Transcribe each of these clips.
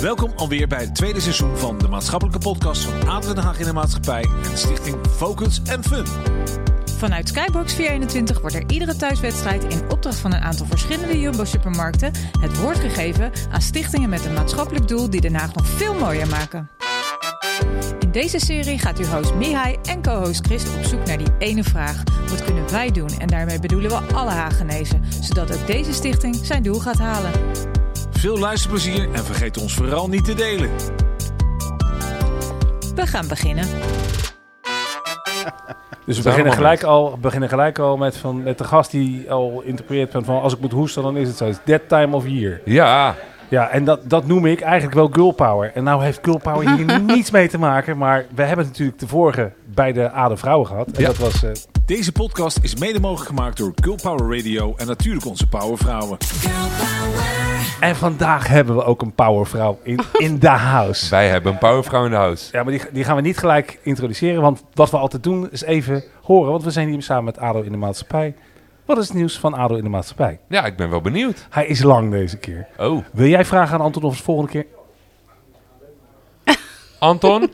Welkom alweer bij het tweede seizoen van de maatschappelijke podcast van Aden Den Haag in de Maatschappij en de stichting Focus en Fun. Vanuit Skybox 421 wordt er iedere thuiswedstrijd in opdracht van een aantal verschillende Jumbo-supermarkten het woord gegeven aan stichtingen met een maatschappelijk doel die Den Haag nog veel mooier maken. In deze serie gaat uw host Mihai en co-host Christ op zoek naar die ene vraag. Wat kunnen wij doen? En daarmee bedoelen we alle Haagenezen, zodat ook deze stichting zijn doel gaat halen. Veel luisterplezier en vergeet ons vooral niet te delen. Dus We gaan beginnen. Dus we Zijn beginnen we gelijk, al, beginnen gelijk al met, van, met de gast die al interpreteert van, van als ik moet hoesten, dan is het zo. It's that time of year. Ja, Ja, en dat, dat noem ik eigenlijk wel girl power. En nou heeft girl power hier niets mee te maken, maar we hebben het natuurlijk de vorige bij de Ade Vrouwen gehad. En Ja. dat was... eh, Deze podcast is mede mogelijk gemaakt door Girl Power Radio en natuurlijk onze Powervrouwen. en vandaag hebben we ook een powervrouw in, in de house. wij hebben een powervrouw in de house. Ja, maar die, die gaan we niet gelijk introduceren, want wat we altijd doen is even horen. Want we zijn hier samen met ADO in de maatschappij. Wat is het nieuws van ADO in de maatschappij? Ja, ik ben wel benieuwd. Hij is lang deze keer. Oh, Wil jij vragen aan Anton of het volgende keer Anton,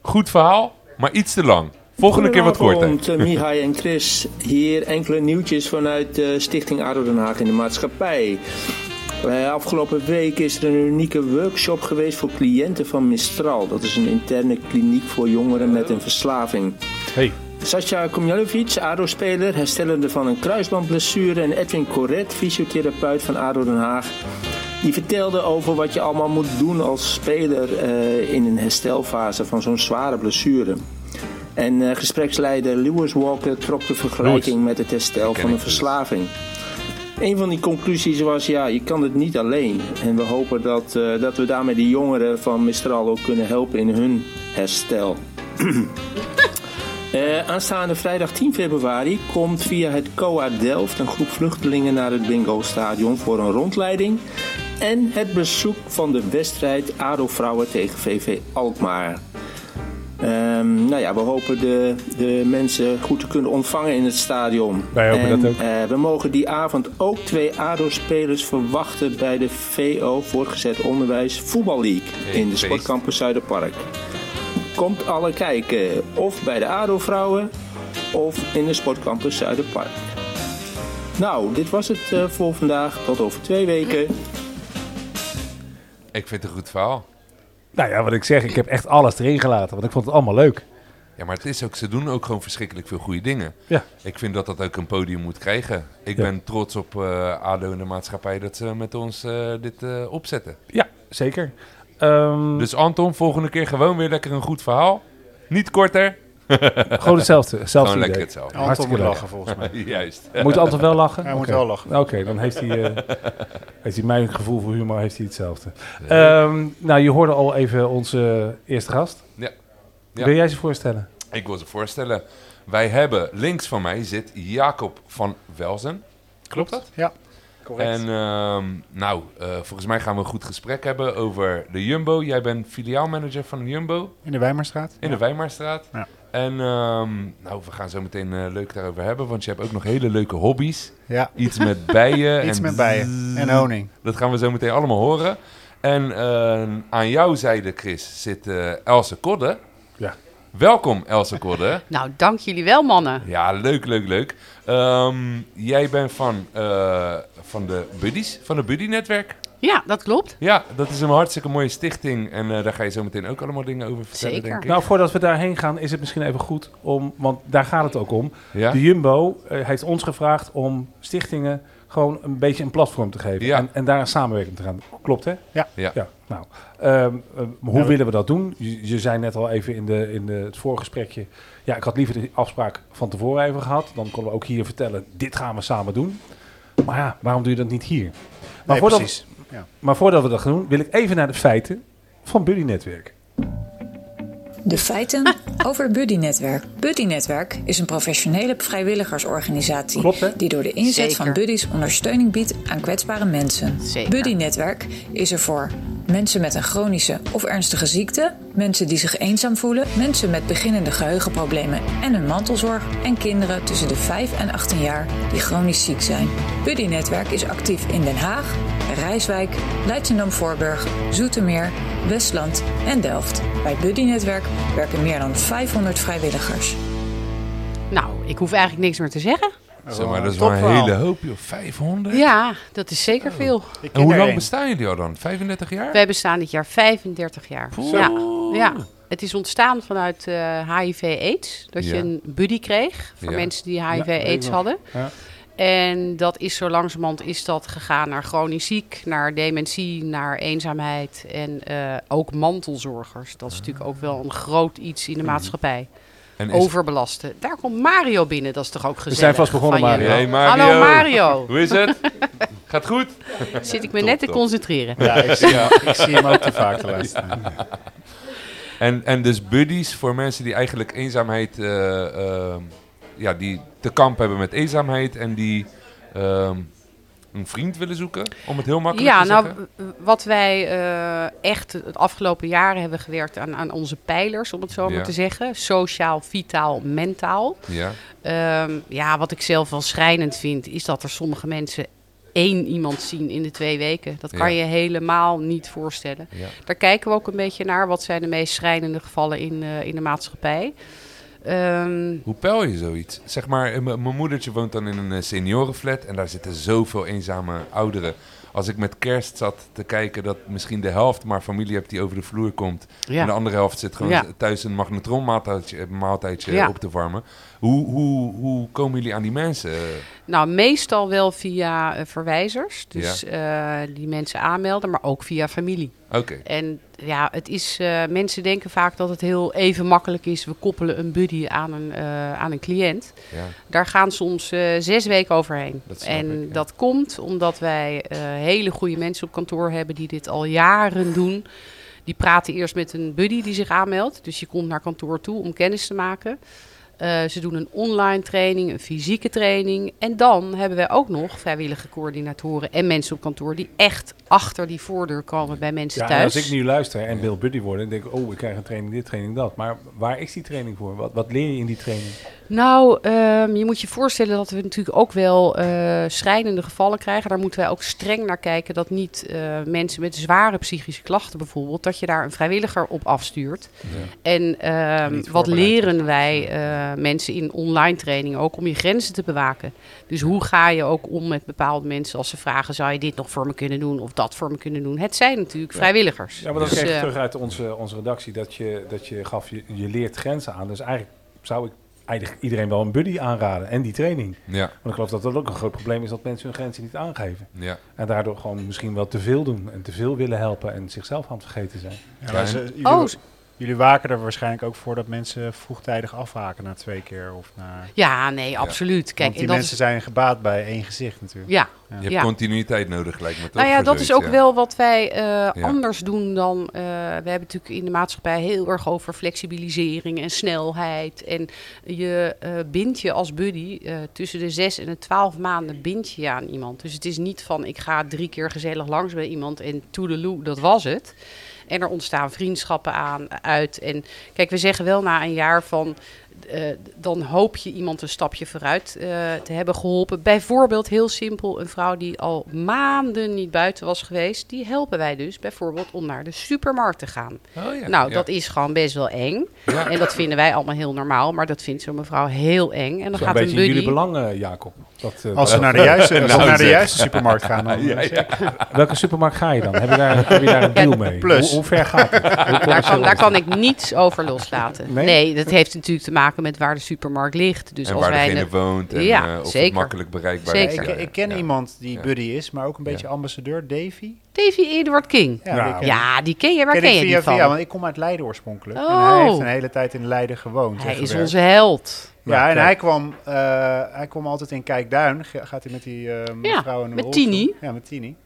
goed verhaal, maar iets te lang. Volgende keer wat korter. Goedenavond, eh, Mihai en Chris. Hier enkele nieuwtjes vanuit de Stichting ADO Den Haag in de maatschappij. Eh, afgelopen week is er een unieke workshop geweest voor cliënten van Mistral. Dat is een interne kliniek voor jongeren met een verslaving. Hey. Sascha Komjalovic, ADO-speler, herstellende van een kruisbandblessure... en Edwin Corret, fysiotherapeut van ADO Den Haag... die vertelde over wat je allemaal moet doen als speler... eh, in een herstelfase van zo'n zware blessure. En eh, gespreksleider Lewis Walker trok de vergelijking met het herstel van een verslaving. Een van die conclusies was, ja, je kan het niet alleen. En we hopen dat, eh, dat we daarmee de jongeren van Mistral ook kunnen helpen in hun herstel. Eh, aanstaande vrijdag 10 februari komt via het COA Delft een groep vluchtelingen naar het Bingo Stadion voor een rondleiding. En het bezoek van de wedstrijd ADO Vrouwen tegen VV Alkmaar. Ehm, nou ja, we hopen de, de mensen goed te kunnen ontvangen in het stadion. Wij hopen En, dat ook. eh, we mogen die avond ook twee ADO-spelers verwachten bij de VO Voortgezet Onderwijs Voetbal League in de feest. Sportcampus Zuiderpark. Komt alle kijken, of bij de ADO-vrouwen of in de Sportcampus Zuiderpark. Nou, dit was het eh, voor vandaag. Tot over twee weken. Ik vind het een goed verhaal. Nou ja, wat ik zeg, ik heb echt alles erin gelaten, want ik vond het allemaal leuk. Ja, maar het is ook, ze doen ook gewoon verschrikkelijk veel goede dingen. Ja. Ik vind dat dat ook een podium moet krijgen. Ik Ja. ben trots op eh, ADO en de maatschappij dat ze met ons eh, dit eh, opzetten. Ja, zeker. Ehm, Dus Anton, volgende keer gewoon weer lekker een goed verhaal. Niet korter, gewoon hetzelfde. hetzelfde gewoon idee. lekker hetzelfde. Anton Hartstikke moet leuk. lachen volgens mij. Juist. Moet Anton wel lachen? Hij Oké. moet wel lachen. Oké, dan heeft hij, eh, heeft hij mijn gevoel voor humor heeft hij hetzelfde. Ehm, nou, je hoorde al even onze eerste gast. Ja. Ja. Wil jij ze voorstellen? Ik wil ze voorstellen. Wij hebben, links van mij zit Jacob van Welzen. Klopt dat? Ja, correct. En ehm, nou, eh, volgens mij gaan we een goed gesprek hebben over de Jumbo. Jij bent filiaalmanager van de Jumbo in de Wijmerstraat. in de Wijmaarstraat. Ja. En ehm, nou, we gaan zo meteen eh, leuk daarover hebben, want je hebt ook nog hele leuke hobby's. Ja, Iets met bijen. iets en met bijen en honing. Dat gaan we zo meteen allemaal horen. En eh, aan jouw zijde, Chris, zit eh, Else Kodde. Ja. Welkom, Else Kodde. Nou, dank jullie wel, mannen. Ja, leuk, leuk, leuk. Ehm, jij bent van, eh, van de Buddies, van het Buddy Netwerk. Ja, dat klopt. Ja, dat is een hartstikke mooie stichting. En eh, daar ga je zo meteen ook allemaal dingen over vertellen, Zeker. denk ik. Nou, voordat we daarheen gaan, is het misschien even goed om, want daar gaat het ook om. ja? De Jumbo eh, heeft ons gevraagd om stichtingen gewoon een beetje een platform te geven. Ja. En, en daar een samenwerking te gaan. Klopt, hè? Ja. Ja. nou, ehm, ehm, hoe Ja, we- willen we dat doen? Je, je zei net al even in, de, in de, het voorgesprekje. Ja, ik had liever de afspraak van tevoren even gehad. Dan konden we ook hier vertellen, dit gaan we samen doen. Maar ja, waarom doe je dat niet hier? Maar, Nee, voordat, precies. maar voordat we dat gaan doen, wil ik even naar de feiten van Buddy Netwerk. De feiten over Buddy Netwerk. Buddy Netwerk is een professionele vrijwilligersorganisatie Klopt, hè? die door de inzet Zeker. van buddies ondersteuning biedt aan kwetsbare mensen. Zeker. Buddy Netwerk is er voor mensen met een chronische of ernstige ziekte, mensen die zich eenzaam voelen, mensen met beginnende geheugenproblemen en een mantelzorg en kinderen tussen de 5 en 18 jaar die chronisch ziek zijn. Buddy Netwerk is actief in Den Haag, Rijswijk, Leidschendam-Voorburg, Zoetermeer Westland en Delft. Bij het Buddy Netwerk werken meer dan 500 vrijwilligers. Nou, ik hoef eigenlijk niks meer te zeggen. Zeg maar, dat is Top wel een verhaal. hele hoop, joh. 500? Ja, dat is zeker veel. Ik En ken hoe er lang één. bestaan jullie al dan? 35 jaar? Wij bestaan dit jaar 35 jaar. Ja, ja. Het is ontstaan vanuit eh, HIV-AIDS. Dat Ja. je een buddy kreeg voor Ja. mensen die weet ik HIV-AIDS nog. hadden. Ja. En dat is zo langzamerhand is dat gegaan naar chronisch ziek, naar dementie, naar eenzaamheid en eh, ook mantelzorgers. Dat is natuurlijk ook wel een groot iets in de maatschappij. En is- Overbelasten. Daar komt Mario binnen, dat is toch ook gezellig. zijn vast begonnen, van Mario. jullie? Hey, Mario. Hallo Mario, Hoe is het? Gaat goed? zit ik me Top, net te top. concentreren. Ja, ik zie, hem, ik zie hem ook te vaak de laatste tijd. En, en dus buddies voor mensen die eigenlijk eenzaamheid... eh, ehm, ja, die te kamp hebben met eenzaamheid en die... ehm, een vriend willen zoeken, om het heel makkelijk Ja, te nou, zeggen. w- w- wat wij eh, echt het afgelopen jaren hebben gewerkt aan, aan onze pijlers, om het zo Ja. maar te zeggen. Sociaal, vitaal, mentaal. Ja, Ehm, ja, wat ik zelf wel schrijnend vind, is dat er sommige mensen één iemand zien in de twee weken. Dat kan Ja. je helemaal niet voorstellen. ja. Daar kijken we ook een beetje naar. Wat zijn de meest schrijnende gevallen in, eh, in de maatschappij? Ehm, Hoe peil je zoiets? Zeg maar, eh, m- mijn moedertje woont dan in een eh, seniorenflat en daar zitten zoveel eenzame ouderen. Als ik met kerst zat te kijken dat misschien de helft maar familie hebt die over de vloer komt. En de ja. andere helft zit gewoon Ja. thuis een magnetronmaaltijdje maaltijdje Ja. op te warmen. Hoe, hoe, hoe komen jullie aan die mensen? Nou, meestal wel via eh, verwijzers. Dus eh, die mensen aanmelden, maar ook via familie. Oké, En ja, het is, eh, mensen denken vaak dat het heel even makkelijk is. We koppelen een buddy aan een, eh, aan een cliënt. ja. Daar gaan soms eh, zes weken overheen. Dat snap en ik, ja. dat komt omdat wij eh, hele goede mensen op kantoor hebben die dit al jaren doen. Die praten eerst met een buddy die zich aanmeldt. Dus je komt naar kantoor toe om kennis te maken. Eh, ze doen een online training, een fysieke training. En dan hebben wij ook nog vrijwillige coördinatoren en mensen op kantoor die echt achter die voordeur komen bij mensen Ja, en thuis. als ik nu luister en wil buddy worden, dan denk ik, oh, ik krijg een training dit, training dat. Maar waar is die training voor? Wat, wat leer je in die training? Nou, ehm, je moet je voorstellen dat we natuurlijk ook wel eh schrijnende gevallen krijgen. Daar moeten wij ook streng naar kijken dat niet eh, mensen met zware psychische klachten bijvoorbeeld, dat je daar een vrijwilliger op afstuurt. En ehm, Niet wat voorbereid. leren wij eh, mensen in online training ook om je grenzen te bewaken? Dus hoe ga je ook om met bepaalde mensen als ze vragen, zou je dit nog voor me kunnen doen of dat voor me kunnen doen? Het zijn natuurlijk vrijwilligers. Ja, maar dat Dus, kreeg ik eh, terug uit onze, onze redactie, dat je, dat je gaf, je, je leert grenzen aan. Dus eigenlijk zou ik eigenlijk iedereen wel een buddy aanraden en die training. ja, Want ik geloof dat dat ook een groot probleem is, dat mensen hun grenzen niet aangeven. ja. En daardoor gewoon misschien wel te veel doen en te veel willen helpen en zichzelf aan het vergeten zijn. Ja, maar ze- jullie, Oh, jullie waken er waarschijnlijk ook voor dat mensen vroegtijdig afhaken na twee keer. Of na, ja, nee, absoluut. Kijk, want en die dat mensen zijn gebaat bij één gezicht natuurlijk. is, ja, Je hebt Ja. continuïteit nodig, lijkt me toch? Nou ja, voor dat is ook zoiets, ja. wel wat wij eh, Ja. anders doen dan. eh, we hebben natuurlijk in de maatschappij heel erg over flexibilisering en snelheid. En je eh bindt je als buddy eh, tussen de zes en de twaalf maanden bind je je aan iemand. Dus het is niet van ik ga drie keer gezellig langs bij iemand en toedeloe, dat was het. En er ontstaan vriendschappen aan, uit. En kijk, we zeggen wel na een jaar van. eh, dan hoop je iemand een stapje vooruit eh, te hebben geholpen. Bijvoorbeeld, heel simpel, een vrouw die al maanden niet buiten was geweest. Die helpen wij dus bijvoorbeeld om naar de supermarkt te gaan. Oh ja, nou, ja. dat is gewoon best wel eng. Ja. En dat vinden wij allemaal heel normaal. Maar dat vindt zo'n mevrouw heel eng. En dan Dat is gaat een een beetje in jullie buddy. belang, eh, Jacob. Dat, eh, Als ze naar de juiste, als ze Nou, naar de zeg. juiste supermarkt gaan, dan Ja, ja. Welke supermarkt ga je dan? Heb je daar, heb je daar een deal mee? plus. Hoe, hoe ver gaat het? Hoe Daar commercieel kan, is daar het? kan ik niets over loslaten. Nee? Nee? dat heeft natuurlijk te maken met waar de supermarkt ligt. Dus en als waar wij degene een- woont en Ja, eh, of het zeker. makkelijk bereikbaar Zeker. is. Ik, Ja, ja, ik ken ja. iemand die Ja. buddy is, maar ook een beetje ambassadeur, Davy. Davy Edward King. Ja, Nou. die ken ik. Ja, die ken je. Waar Ken ken, ik je via, die van? via, want ik kom uit Leiden oorspronkelijk. En Oh. hij heeft een hele tijd in Leiden gewoond. hij en is gewerkt. onze held. Ja, Ja, en kijk. hij kwam, eh, hij kwam altijd in Kijkduin. Ga- Gaat hij met die eh, mevrouw in een met rolstoel. Tini. Ja, met Tini.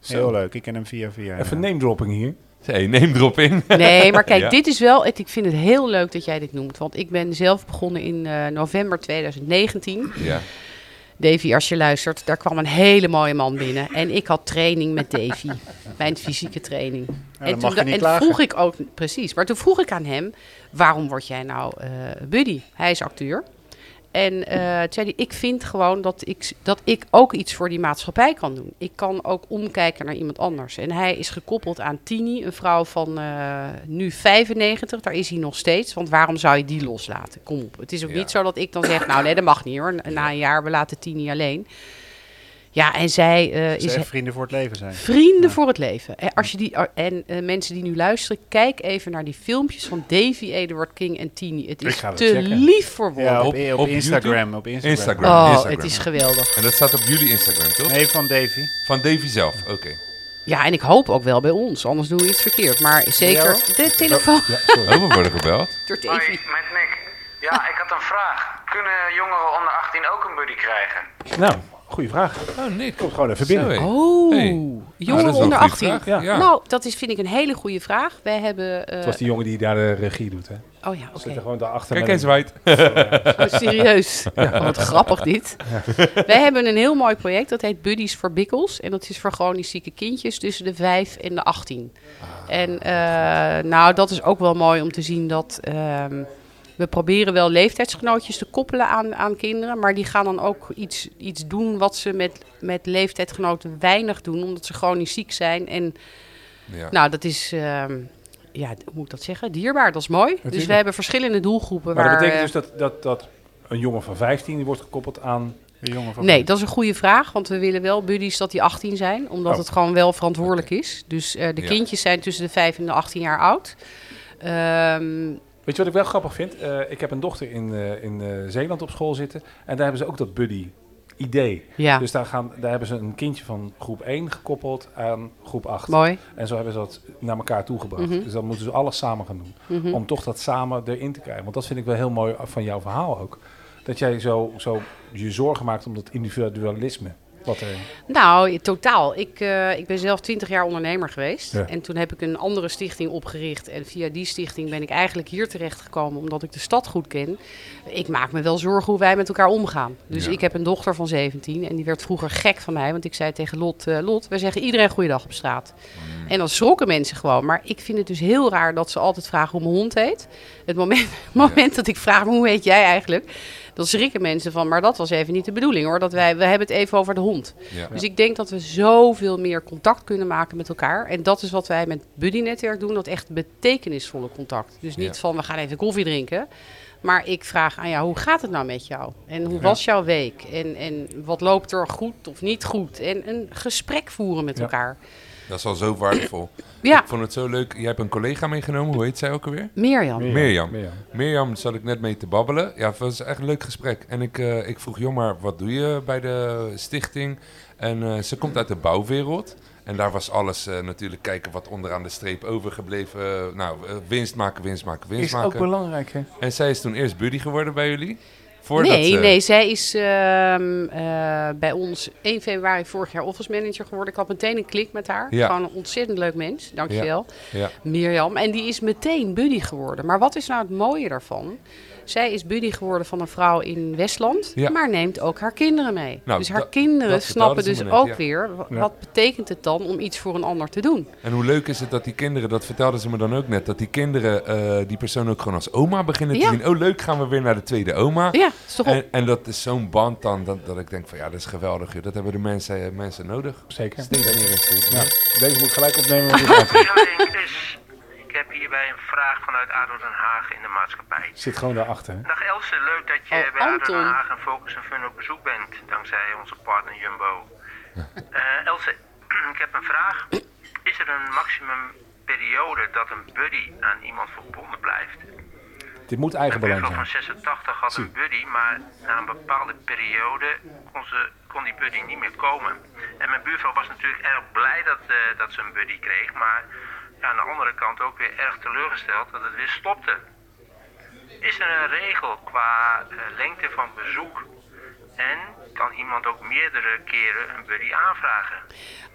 Zo. Heel leuk. Ik ken hem via via. Even ja. name dropping hier. Hey, neem erop in. Nee, maar kijk, Ja. dit is wel. het- Ik vind het heel leuk dat jij dit noemt. Want ik ben zelf begonnen in eh, november 2019. Ja. Davy, als je luistert, daar kwam een hele mooie man binnen. En ik had training met Davy. Mijn fysieke training. dan en mag je da- niet en klagen. vroeg ik ook, precies. Maar toen vroeg ik aan hem: waarom word jij nou eh, buddy? Hij is acteur. En eh, toen zei hij, ik vind gewoon dat ik, dat ik ook iets voor die maatschappij kan doen. Ik kan ook omkijken naar iemand anders. En hij is gekoppeld aan Tini, een vrouw van eh, nu 95. Daar is hij nog steeds. Want waarom zou je die loslaten? Kom op. Het is ook Ja. niet zo dat ik dan zeg, nou nee, dat mag niet hoor. Na- Na een jaar, we laten Tini alleen. Ja, en zij eh, Dat is ze echt vrienden voor het leven zijn. Ja. Vrienden voor het leven. En, als je die, en eh, mensen die nu luisteren, kijk even naar die filmpjes van Davy, Edward King en Tini. Het is ga dat te checken. lief voor woorden. Ja, op, Op- op op Instagram, op Instagram. Instagram. oh, Instagram. het is geweldig. En dat staat op jullie Instagram, toch? Nee, van Davy. Van Davy zelf, oké. Ja, en ik hoop ook wel bij ons, anders doen we iets verkeerd. Maar zeker de telefoon Oh, we worden gebeld. door Davy. Hoi, met Nick. Ja, ik had een vraag. Kunnen jongeren onder 18 ook een buddy krijgen? Nou, goede vraag. Oh, Nick. Komt gewoon even binnen. Zo, hé. Oh, Hey. Nou, jongeren dat is wel onder een goede 18. vraag. Ja. Nou, dat is, vind ik een hele goede vraag. Wij hebben... eh, Het was die jongen die daar de regie doet. Hè. oh ja, oké. Zit er gewoon daarachter. Kijk met eens, een- White. Oh, serieus. Oh, wat grappig dit. Wij hebben een heel mooi project, dat heet Buddies voor Bikkels. En dat is voor chronisch zieke kindjes tussen de 5 en de 18. Ah. En eh, nou, dat is ook wel mooi om te zien dat... ehm, we proberen wel leeftijdsgenootjes te koppelen aan, aan kinderen. Maar die gaan dan ook iets, iets doen wat ze met, met leeftijdsgenoten weinig doen. Omdat ze chronisch ziek zijn. En Ja. nou, dat is... ehm, ja, hoe moet ik dat zeggen? Dierbaar, dat is mooi. Dus we hebben verschillende doelgroepen. Maar waar, dat eh, betekent dus dat, dat, dat een jongen van 15 die wordt gekoppeld aan... De jongen van Nee, dat is een goede vraag, want we willen wel buddies dat die 18 zijn, omdat Oh. het gewoon wel verantwoordelijk is. Dus eh, de Ja. kindjes zijn tussen de 5 en de 18 jaar oud. Ehm, Weet je wat ik wel grappig vind? Eh, ik heb een dochter in, eh, in eh, Zeeland op school zitten. En daar hebben ze ook dat buddy idee. ja, Dus daar, gaan, daar hebben ze een kindje van groep 1 gekoppeld aan groep 8. mooi. En zo hebben ze dat naar elkaar toegebracht. Mhm. Dus dan moeten ze alles samen gaan doen. Mhm. Om toch dat samen erin te krijgen. Want dat vind ik wel heel mooi van jouw verhaal ook. Dat jij zo, zo je zorgen maakt om dat individualisme. Wat er, Nou, i- totaal. Ik, eh, ik ben zelf 20 jaar ondernemer geweest. Ja. En toen heb ik een andere stichting opgericht. En via die stichting ben ik eigenlijk hier terechtgekomen, omdat ik de stad goed ken. Ik maak me wel zorgen hoe wij met elkaar omgaan. Dus Ja. ik heb een dochter van 17 en die werd vroeger gek van mij. Want ik zei tegen Lot, eh, Lot, wij zeggen iedereen goeiedag op straat. En dan schrokken mensen gewoon. Maar ik vind het dus heel raar dat ze altijd vragen hoe mijn hond heet. Het moment, moment dat ik vraag, hoe heet jij eigenlijk? Dan schrikken mensen van, maar dat was even niet de bedoeling hoor. Dat wij, we hebben het even over de hond. Ja. Dus ik denk dat we zoveel meer contact kunnen maken met elkaar. En dat is wat wij met Buddy Netwerk doen. Dat echt betekenisvolle contact. Dus niet Ja. van we gaan even koffie drinken. Maar ik vraag aan jou, hoe gaat het nou met jou? En hoe was jouw week? En, en wat loopt er goed of niet goed? En een gesprek voeren met Ja. elkaar. Dat is al zo waardevol. Ja, Ik vond het zo leuk. Je hebt een collega meegenomen. Hoe heet zij ook alweer? Mirjam. Mirjam. Mirjam. Mirjam zat ik net mee te babbelen. Ja, het was echt een leuk gesprek. En ik, eh, ik vroeg, joh, maar wat doe je bij de stichting? En eh, ze komt uit de bouwwereld. En daar was alles eh, natuurlijk kijken wat onderaan de streep overgebleven. eh, nou, eh, winst maken, winst maken, winst is ook maken. belangrijk, hè? en zij is toen eerst buddy geworden bij jullie. Voordat Nee, ze- nee, zij is ehm, eh, bij ons 1 februari vorig jaar office manager geworden. Ik had meteen een klik met haar. Ja. Gewoon een ontzettend leuk mens, dankjewel. Ja. Mirjam. En die is meteen buddy geworden. Maar wat is nou het mooie daarvan? Zij is buddy geworden van een vrouw in Westland, Ja. maar neemt ook haar kinderen mee. Nou, dus haar dat- kinderen dat snappen vertaalde dus ze me net, ook ja. weer, wa- Ja. wat betekent het dan om iets voor een ander te doen? En hoe leuk is het dat die kinderen, dat vertelden ze me dan ook net, dat die kinderen eh, die persoon ook gewoon als oma beginnen Ja. te zien. Oh, leuk, gaan we weer naar de tweede oma. Ja, is toch op... En, en dat is zo'n band dan, dat, dat ik denk van ja, dat is geweldig. joh. Dat hebben de mensen, eh, mensen nodig. Zeker. Ja. Deze moet ik gelijk opnemen. want het gaat- Iedereen is. Ik heb hierbij een vraag vanuit ADO Den Haag in de maatschappij. Zit gewoon daarachter. hè? Dag Else, leuk dat je Oh, bij ADO Anton. Den Haag en Focus en Fun op bezoek bent. Dankzij onze partner Jumbo. Eh Else, ik heb een vraag. Is er een maximum periode dat een buddy aan iemand verbonden blijft? Dit moet Een eigenbelang buurvrouw van zijn. 86 had een buddy, maar na een bepaalde periode kon, ze, kon die buddy niet meer komen. En mijn buurvrouw was natuurlijk erg blij dat, eh, dat ze een buddy kreeg, maar ja, aan de andere kant ook weer erg teleurgesteld dat het weer stopte. Is er een regel qua eh, lengte van bezoek? En kan iemand ook meerdere keren een buddy aanvragen?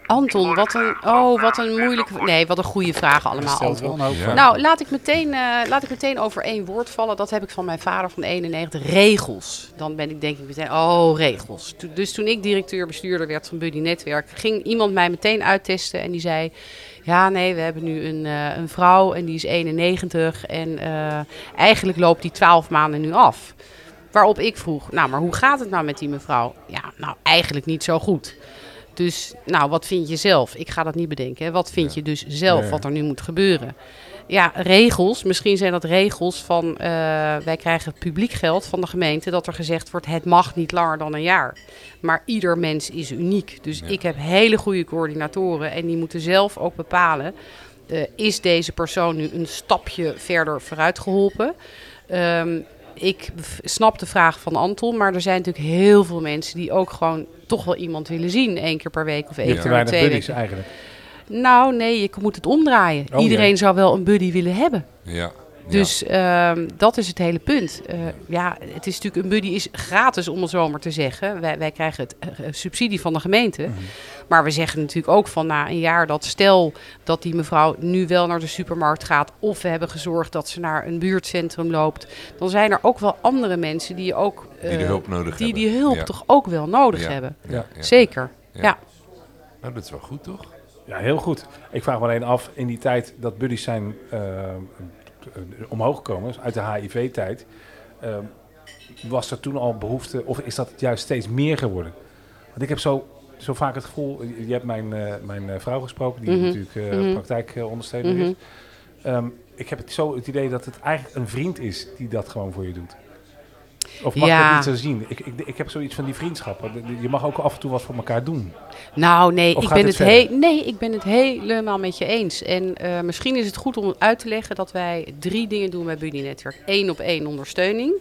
Anton, wat een, oh, wat een moeilijke... Nee, wat een goede vraag allemaal, Stelt wel Anton. een hoop Ja. vragen. Nou, laat ik, meteen, eh, laat ik meteen over één woord vallen. Dat heb ik van mijn vader van 91. Regels. Dan ben ik denk ik meteen, oh, regels. To- dus toen ik directeur-bestuurder werd van Buddy Netwerk... ging iemand mij meteen uittesten en die zei... Ja, nee, we hebben nu een, eh, een vrouw en die is 91 en eh, eigenlijk loopt die 12 maanden nu af. Waarop ik vroeg, nou, maar hoe gaat het nou met die mevrouw? Ja, nou, eigenlijk niet zo goed. Dus, nou, wat vind je zelf? Ik ga dat niet bedenken. Hè. Wat vind je dus zelf Ja. wat er nu moet gebeuren? Ja, regels. Misschien zijn dat regels van... eh, wij krijgen publiek geld van de gemeente... dat er gezegd wordt, het mag niet langer dan een jaar. Maar ieder mens is uniek. Dus Ja. ik heb hele goede coördinatoren... en die moeten zelf ook bepalen... eh, is deze persoon nu een stapje verder vooruit geholpen? Ehm, ik v- snap de vraag van Anton, maar er zijn natuurlijk heel veel mensen die ook gewoon toch wel iemand willen zien. één keer per week of één Ja. keer Te per weinig twee buddies weken. eigenlijk. Nou, nee, je moet het omdraaien. Oh, Iedereen jee. zou wel een buddy willen hebben. Ja. Dus ehm, dat is het hele punt. Eh, ja, het is natuurlijk, een buddy is gratis om het zo maar te zeggen. Wij, wij krijgen het eh, subsidie van de gemeente. Mhm. Maar we zeggen natuurlijk ook van na een jaar dat stel dat die mevrouw nu wel naar de supermarkt gaat. Of we hebben gezorgd dat ze naar een buurtcentrum loopt. Dan zijn er ook wel andere mensen die ook ja, die de eh, hulp nodig die, hebben. die hulp Ja. toch ook wel nodig Ja. hebben. Ja, ja. Zeker. Ja. Ja. Nou, dat is wel goed, toch? Ja, heel goed. Ik vraag me alleen af, in die tijd dat buddies zijn eh, eh, omhoog gekomen, dus uit de HIV-tijd, eh, was er toen al behoefte, of is dat juist steeds meer geworden? Want ik heb zo, zo vaak het gevoel, je hebt mijn, eh, mijn eh, vrouw gesproken, die Mhm. natuurlijk eh Mhm. praktijkondersteuner Mhm. is. Ehm, ik heb het zo het idee dat het eigenlijk een vriend is die dat gewoon voor je doet. Of mag Ja. dat niet zo zien? Ik, ik, ik heb zoiets van die vriendschappen. Je mag ook af en toe wat voor elkaar doen. Nou, nee Of ik, gaat ben dit het he- nee, ik ben het helemaal met je eens. En eh, misschien is het goed om uit te leggen dat wij drie dingen doen met Buddy Netwerk. Eén op één ondersteuning.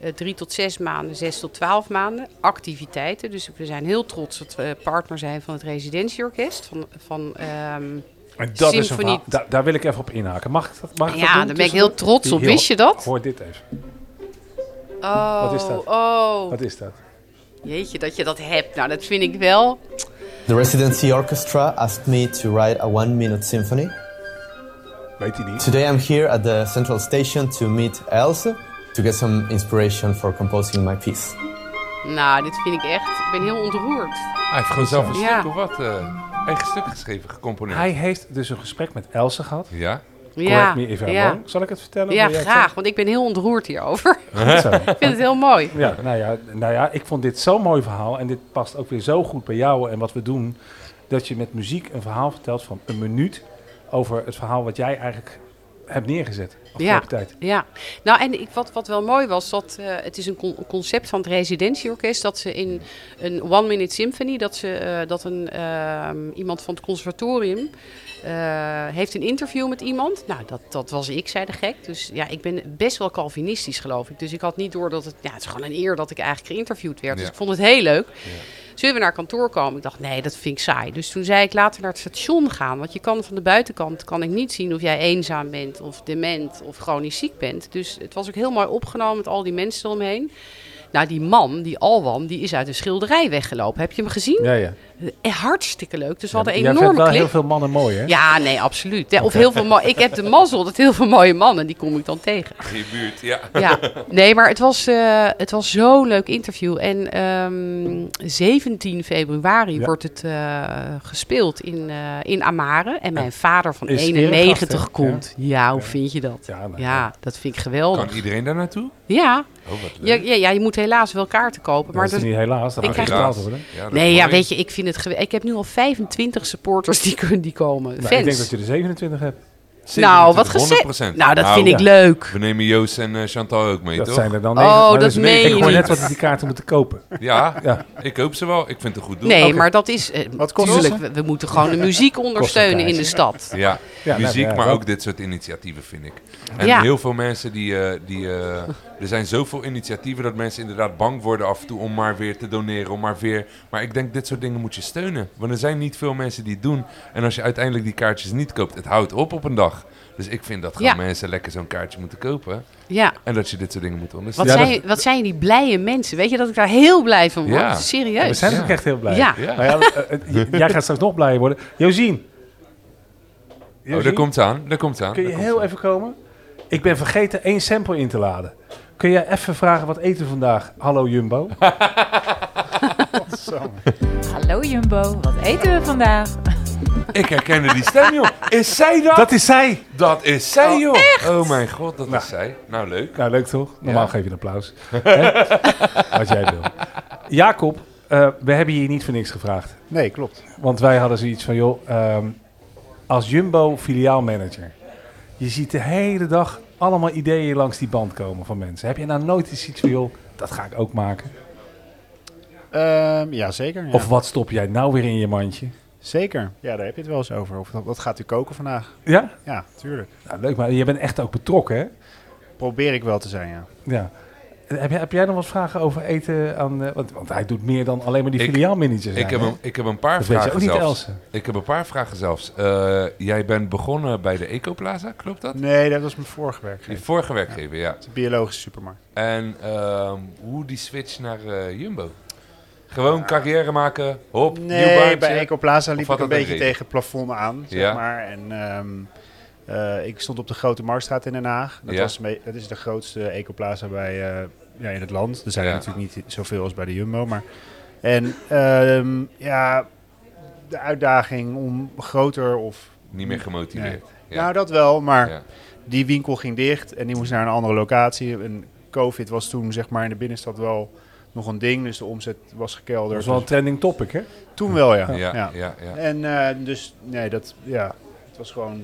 Eh, drie tot zes maanden, zes tot twaalf maanden. Activiteiten. Dus we zijn heel trots dat we partner zijn van het residentieorkest. Van, van, ehm, En dat is een Symfonie. verhaal. Da- daar wil ik even op inhaken. Mag ik dat, mag ik dat ja, doen daar ben ik heel tussendoor? trots op. Heel- Wist je dat? Hoor dit even. Oh, is dat? oh. Wat is dat? Jeetje, dat je dat hebt. Nou, dat vind ik wel. The residency orchestra asked me to write a one minute symphony. Weet hij niet. Today I'm here at the central station to meet Else to get some inspiration for composing my piece. Nou, dit vind ik echt. Ik ben heel ontroerd. Hij heeft gewoon zelf een Ja. stuk of wat. eh, eigen stuk geschreven, gecomponeerd. Hij heeft dus een gesprek met Else gehad. Ja? Ja, Correct me if I'm ja. wrong. Zal ik het vertellen? ja Wil jij het graag, want ik ben heel ontroerd hierover. zeggen? Goed zo. ik vind het heel mooi. Ja, nou ja, nou ja, ik vond dit zo'n mooi verhaal. En dit past ook weer zo goed bij jou en wat we doen. Dat je met muziek een verhaal vertelt van een minuut. Over het verhaal wat jij eigenlijk hebt neergezet. Afgelopen Ja. tijd. Ja, nou en ik, wat, wat wel mooi was, dat eh, het is een con- concept van het residentieorkest dat ze in een One Minute Symphony, dat, ze, eh, dat een, ehm, iemand van het conservatorium eh, heeft een interview met iemand. Nou, dat, dat was ik, zei de gek. Dus ja, ik ben best wel Calvinistisch, geloof ik. Dus ik had niet door dat het, ja, het is gewoon een eer dat ik eigenlijk geïnterviewd werd. Dus Ja. ik vond het heel leuk. Zullen we naar kantoor komen? Ik dacht, nee, dat vind ik saai. Dus toen zei ik later naar het station gaan. Want je kan van de buitenkant kan ik niet zien of jij eenzaam bent of dement of chronisch ziek bent. Dus het was ook heel mooi opgenomen met al die mensen eromheen. Nou, die man, die Alwan, die is uit de schilderij weggelopen. Heb je hem gezien? Ja, ja. Eh, Hartstikke leuk. Dus we hadden Jij een vindt wel enorme klik. heel veel mannen mooi, hè? Ja, nee, absoluut. Ja, Of heel veel ma- ik heb de mazzel dat heel veel mooie mannen, die kom ik dan tegen. In je buurt, ja. Ja, nee, maar het was, eh, het was zo'n leuk interview. En ehm, 17 februari Ja. wordt het eh, gespeeld in, eh, in Amare. En mijn vader van Is 91 eregast, hè? komt. Ja, hoe Ja. vind je dat? Ja, nou, Ja, dat vind ik geweldig. Kan iedereen daar naartoe? Ja. Oh, wat Ja, leuk. ja, ja, je moet helaas wel kaarten kopen. Maar Maar dat is dat- niet helaas. Dat Ik mag krijg- betaald worden. Ja, dat is nee, ja, mooi. weet je, ik vind het gewe- Ik heb nu al 25 supporters die, kun- die komen. Nou, Fans. ik denk dat je er 27 hebt. nou, wat 27, gezegd. 100%. Nou, dat Nou, vind ik ja. leuk. We nemen Joost en eh, Chantal ook mee, Dat toch? zijn er dan Oh, negen. Maar dat is een beetje- meen Ik je hoor net niet. wat we die kaarten moeten kopen. Ja, Ja. ik hoop ze wel. Ik vind het een goed doel. Nee, Oké. maar dat is. eh, Wat kost tuurlijk, het? we, we moeten gewoon de muziek ondersteunen in de stad. Ja, Ja, nou, muziek, ja, maar dat- ook dit soort initiatieven vind ik. En Ja. heel veel mensen die... eh, die eh, er zijn zoveel initiatieven dat mensen inderdaad bang worden af en toe om maar weer te doneren, om maar weer... Maar ik denk, dit soort dingen moet je steunen. Want er zijn niet veel mensen die het doen. En als je uiteindelijk die kaartjes niet koopt, het houdt op op een dag. Dus ik vind dat gewoon Ja. mensen lekker zo'n kaartje moeten kopen. Ja. En dat je dit soort dingen moet Wat, ondersteunen. Ja, zijn, wat zijn die blije mensen? Weet je dat ik daar heel blij van word? Ja. We Serieus. zijn Ja. ook echt heel blij. Ja. Ja. Nou ja, eh, eh, j- jij gaat straks nog blijer worden. Josien. Oh, Josien, daar komt ze aan, daar komt ze aan. Kun daar je komt heel ze aan. even komen? Ik ben vergeten één sample in te laden. Kun jij even vragen wat eten we vandaag? Hallo Jumbo. Hallo Jumbo, wat eten we vandaag? Ik herkende die stem, joh. Is zij dat? Dat is zij. Dat is zij, Oh, joh. Oh mijn god, dat is zij. Nou, leuk. Nou, leuk toch? Normaal Ja. geef je een applaus. Hè? Wat jij wil. Jacob, eh, we hebben je hier niet voor niks gevraagd. Nee, klopt. Want wij hadden zoiets van, joh, ehm, als Jumbo filiaalmanager, je ziet de hele dag allemaal ideeën langs die band komen van mensen. Heb je nou nooit eens iets van, joh, dat ga ik ook maken? Ehm ja, zeker. Ja. Of wat stop jij nou weer in je mandje? Zeker. Ja, daar heb je het wel eens over. Of dat, dat gaat u koken vandaag. Ja? Ja, tuurlijk. Nou, leuk, maar je bent echt ook betrokken, hè? Probeer ik wel te zijn, ja. Ja. Heb jij, heb jij nog wat vragen over eten? Aan, eh, want, want hij doet meer dan alleen maar die Ik- filiaalmanager zijn, Ik heb, hè? een, ik heb een paar Dat weet je vragen ook niet, zelfs. Elsen. Ik heb een paar vragen zelfs. Eh, jij bent begonnen bij de Ecoplaza, klopt dat? Nee, dat was mijn vorige werkgever. Je vorige werkgever, ja. Het is een biologische supermarkt. En ehm, hoe die switch naar eh, Jumbo? Gewoon carrière maken, hop, nieuw Nee, baantje. bij Ecoplaza Of liep had ik een dat een beetje reden? tegen het plafond aan, zeg Ja. maar. En ehm, eh, ik stond op de Grote Marktstraat in Den Haag. Dat, Ja. was me- dat is de grootste Ecoplaza bij, eh, ja, in het land. Er zijn Ja. er natuurlijk niet zoveel als bij de Jumbo, maar... En ehm, ja, de uitdaging om groter of... Niet meer gemotiveerd. Ja. Nou, dat wel, maar Ja. die winkel ging dicht en die moest naar een andere locatie. En COVID was toen, zeg maar, in de binnenstad wel nog een ding. Dus de omzet was Dat gekelderd. is wel een trending topic, hè? Dus toen wel, Ja, ja, ja. ja. ja. En eh, dus, nee, dat, ja, het was gewoon,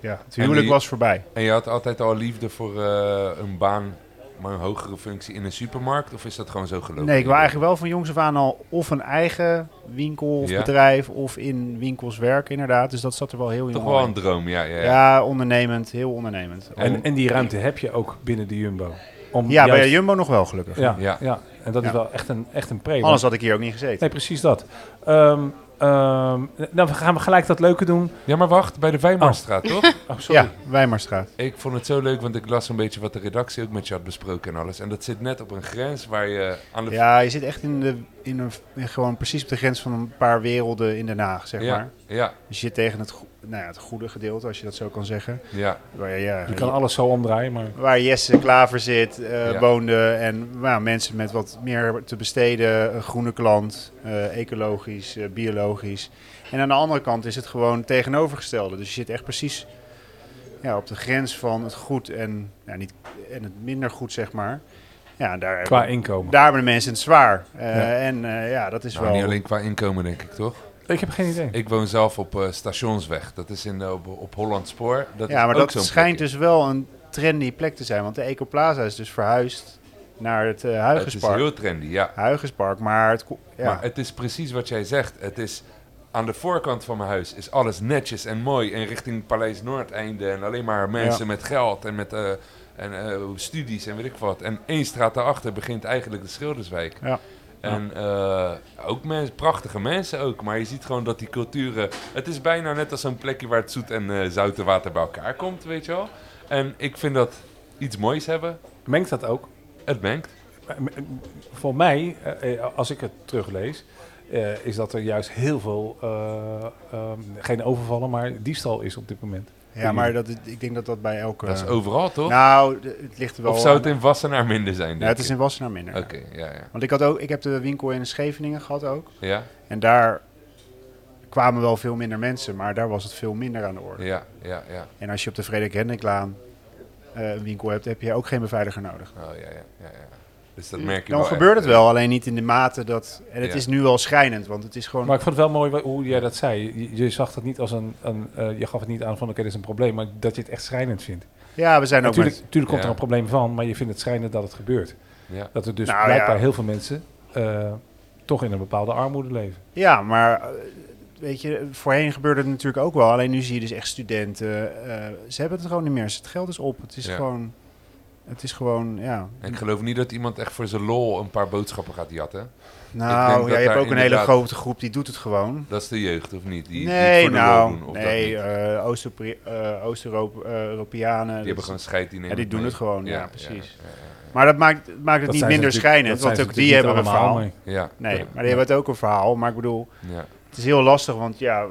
ja, het En huwelijk die- was voorbij. En je had altijd al liefde voor eh, een baan, maar een hogere functie in een supermarkt? Of is dat gewoon zo gelopen? Nee, ik wil eigenlijk wel van jongs af aan al of een eigen winkel of Ja. bedrijf of in winkels werken, inderdaad. Dus dat zat er wel heel in. Toch wel een droom, ja. ja, ja. Ja, ondernemend, heel ondernemend. En, en die ruimte heb je ook binnen de Jumbo. Om ja, bij juist- Jumbo nog wel gelukkig. Ja, ja. Ja. en dat is Ja. wel echt een, echt een pre. Anders had ik hier ook niet gezeten. Nee, precies dat. Ehm ehm, nou, we gaan we gelijk dat leuke doen. Ja, maar wacht, bij de Weimarstraat, toch? Oh, sorry. Ja, Wijmarstraat. Ik vond het zo leuk, want ik las een beetje wat de redactie ook met je had besproken en alles. En dat zit net op een grens waar je aan de... Ja, je zit echt in de, in een, in gewoon precies op de grens van een paar werelden in Den Haag, zeg ja, maar. ja, Dus je zit tegen het, go- nou ja, het goede gedeelte, als je dat zo kan zeggen. ja. Nou, Waar, ja, Je kan alles zo omdraaien, maar... waar Jesse Klaver zit, eh, Ja. woonde. En nou, mensen met wat meer te besteden, een groene klant, eh, ecologisch, eh, biologisch. En aan de andere kant is het gewoon tegenovergestelde. Dus je zit echt precies ja, op de grens van het goed en, ja, niet, en het minder goed, zeg maar. Ja, daar, Qua inkomen. daar hebben de mensen het zwaar. Eh, Ja. En eh, ja, dat is Nou, wel... niet alleen qua inkomen, denk ik, toch? Ik heb geen idee. Ik woon zelf op eh, Stationsweg. Dat is in, eh, op, op Holland Spoor. Dat Ja, is maar ook dat zo'n schijnt plekje. dus wel een trendy plek te zijn. Want de Ecoplaza is dus verhuisd naar het eh Het is Huigenspark. heel trendy, ja. Huigenspark, maar het... ko- Ja. Maar het is precies wat jij zegt. Het is... Aan de voorkant van mijn huis is alles netjes en mooi. En richting Paleis Noordeinde. En alleen maar mensen Ja. met geld en met eh, en, eh, studies en weet ik wat. En één straat daarachter begint eigenlijk de Schilderswijk. Ja. En eh, ook mensen, prachtige mensen ook. Maar je ziet gewoon dat die culturen... Het is bijna net als zo'n plekje waar het zoet en eh, zoute water bij elkaar komt, weet je wel. En ik vind dat iets moois hebben. Mengt dat ook? Eh, Het mengt. Voor mij, eh, eh, als ik het teruglees, eh, is dat er juist heel veel, eh, ehm, geen overvallen, maar diefstal is op dit moment. Ja, maar dat, ik denk dat dat bij elke... Dat is overal, toch? Nou, de- het ligt er wel... of zou het aan- in Wassenaar minder zijn? Ja, denk het is je? in Wassenaar minder. Oké, ja, ja. Want ik, had ook, ik heb de winkel in Scheveningen gehad ook. Ja, En daar kwamen wel veel minder mensen, maar daar was het veel minder aan de orde. ja, ja, ja. En als je op de Frederik Hendriklaan eh, een winkel hebt, heb je ook geen beveiliger nodig. Oh, ja, ja, ja, ja. Dus dat merk je Dan wel gebeurt echt. het wel, alleen niet in de mate dat... En het Ja. is nu wel schrijnend, want het is gewoon... Maar ik vond het wel mooi wa- hoe jij dat zei. Je, je zag dat niet als een, een eh, je gaf het niet aan van oké, dit is een probleem, maar dat je het echt schrijnend vindt. ja, we zijn ook Natuurlijk, met... natuurlijk komt Ja. er een probleem van, maar je vindt het schrijnend dat het gebeurt. Ja. Dat er dus Nou, blijkbaar ja. heel veel mensen eh, toch in een bepaalde armoede leven. Ja, maar eh, weet je, voorheen gebeurde het natuurlijk ook wel. Alleen nu zie je dus echt studenten. eh, ze hebben het gewoon niet meer. Het geld is op. Het is Ja. gewoon. Het is gewoon, ja. En ik geloof niet dat iemand echt voor zijn lol een paar boodschappen gaat jatten. denk Nou, dat ja, je hebt daar ook een hele inderdaad- grote groep die doet het gewoon. Dat is de jeugd, of niet? Die- Die, het nee, voor de nou, lol doen, of dat niet? nee, die eh, Oosterpri- eh, Oost-Europeanen. dat- hebben gewoon scheid. Die, ja, nemen die doen mee. het gewoon, ja, ja, precies. Maar dat maakt, maakt het Dat niet zijn ze minder natuurlijk- schijnend, dat zijn want ze ook die natuurlijk hebben een niet allemaal, verhaal. nee. Ja. Nee, Ja. maar die hebben het ook een verhaal. Maar ik bedoel, Ja. het is heel lastig, want ja, eh,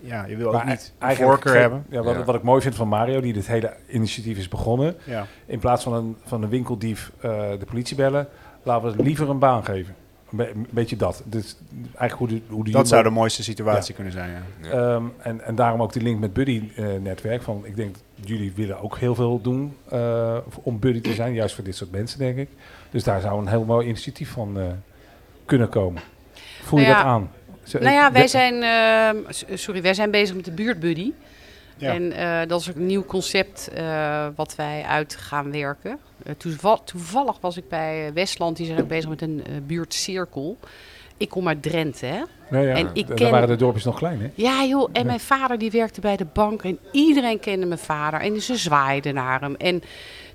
ja je wil ook Maar niet eigenlijk voorkeur geen- hebben. Ja, wat, Ja. wat ik mooi vind van Mario, die dit hele initiatief is begonnen. Ja. In plaats van een, van een winkeldief eh, de politie bellen, laten we liever een baan geven. Een be- een beetje dat. Dus eigenlijk hoe de, hoe de Dat Jumbo- zou de mooiste situatie kunnen zijn, ja. Ehm, en, en daarom ook die link met Buddy-netwerk. van ik denk, dat jullie willen ook heel veel doen eh, om Buddy te zijn. Juist voor dit soort mensen, denk ik. Dus daar zou een heel mooi initiatief van eh, kunnen komen. Voel je Nou dat ja, aan? Zo- Nou ja, wij de- zijn, ehm, s- sorry, wij zijn bezig met de buurtbuddy. Ja. En eh, dat is ook een nieuw concept eh, wat wij uit gaan werken. Eh, toeva- toevallig was ik bij eh, Westland, die zijn ook bezig met een eh, buurtcirkel. Ik kom uit Drenthe, hè? Ja, ja, en ik daar ken- waren de dorpjes nog klein, hè? Ja, joh. En mijn vader die werkte bij de bank. En iedereen kende mijn vader. En ze zwaaiden naar hem. En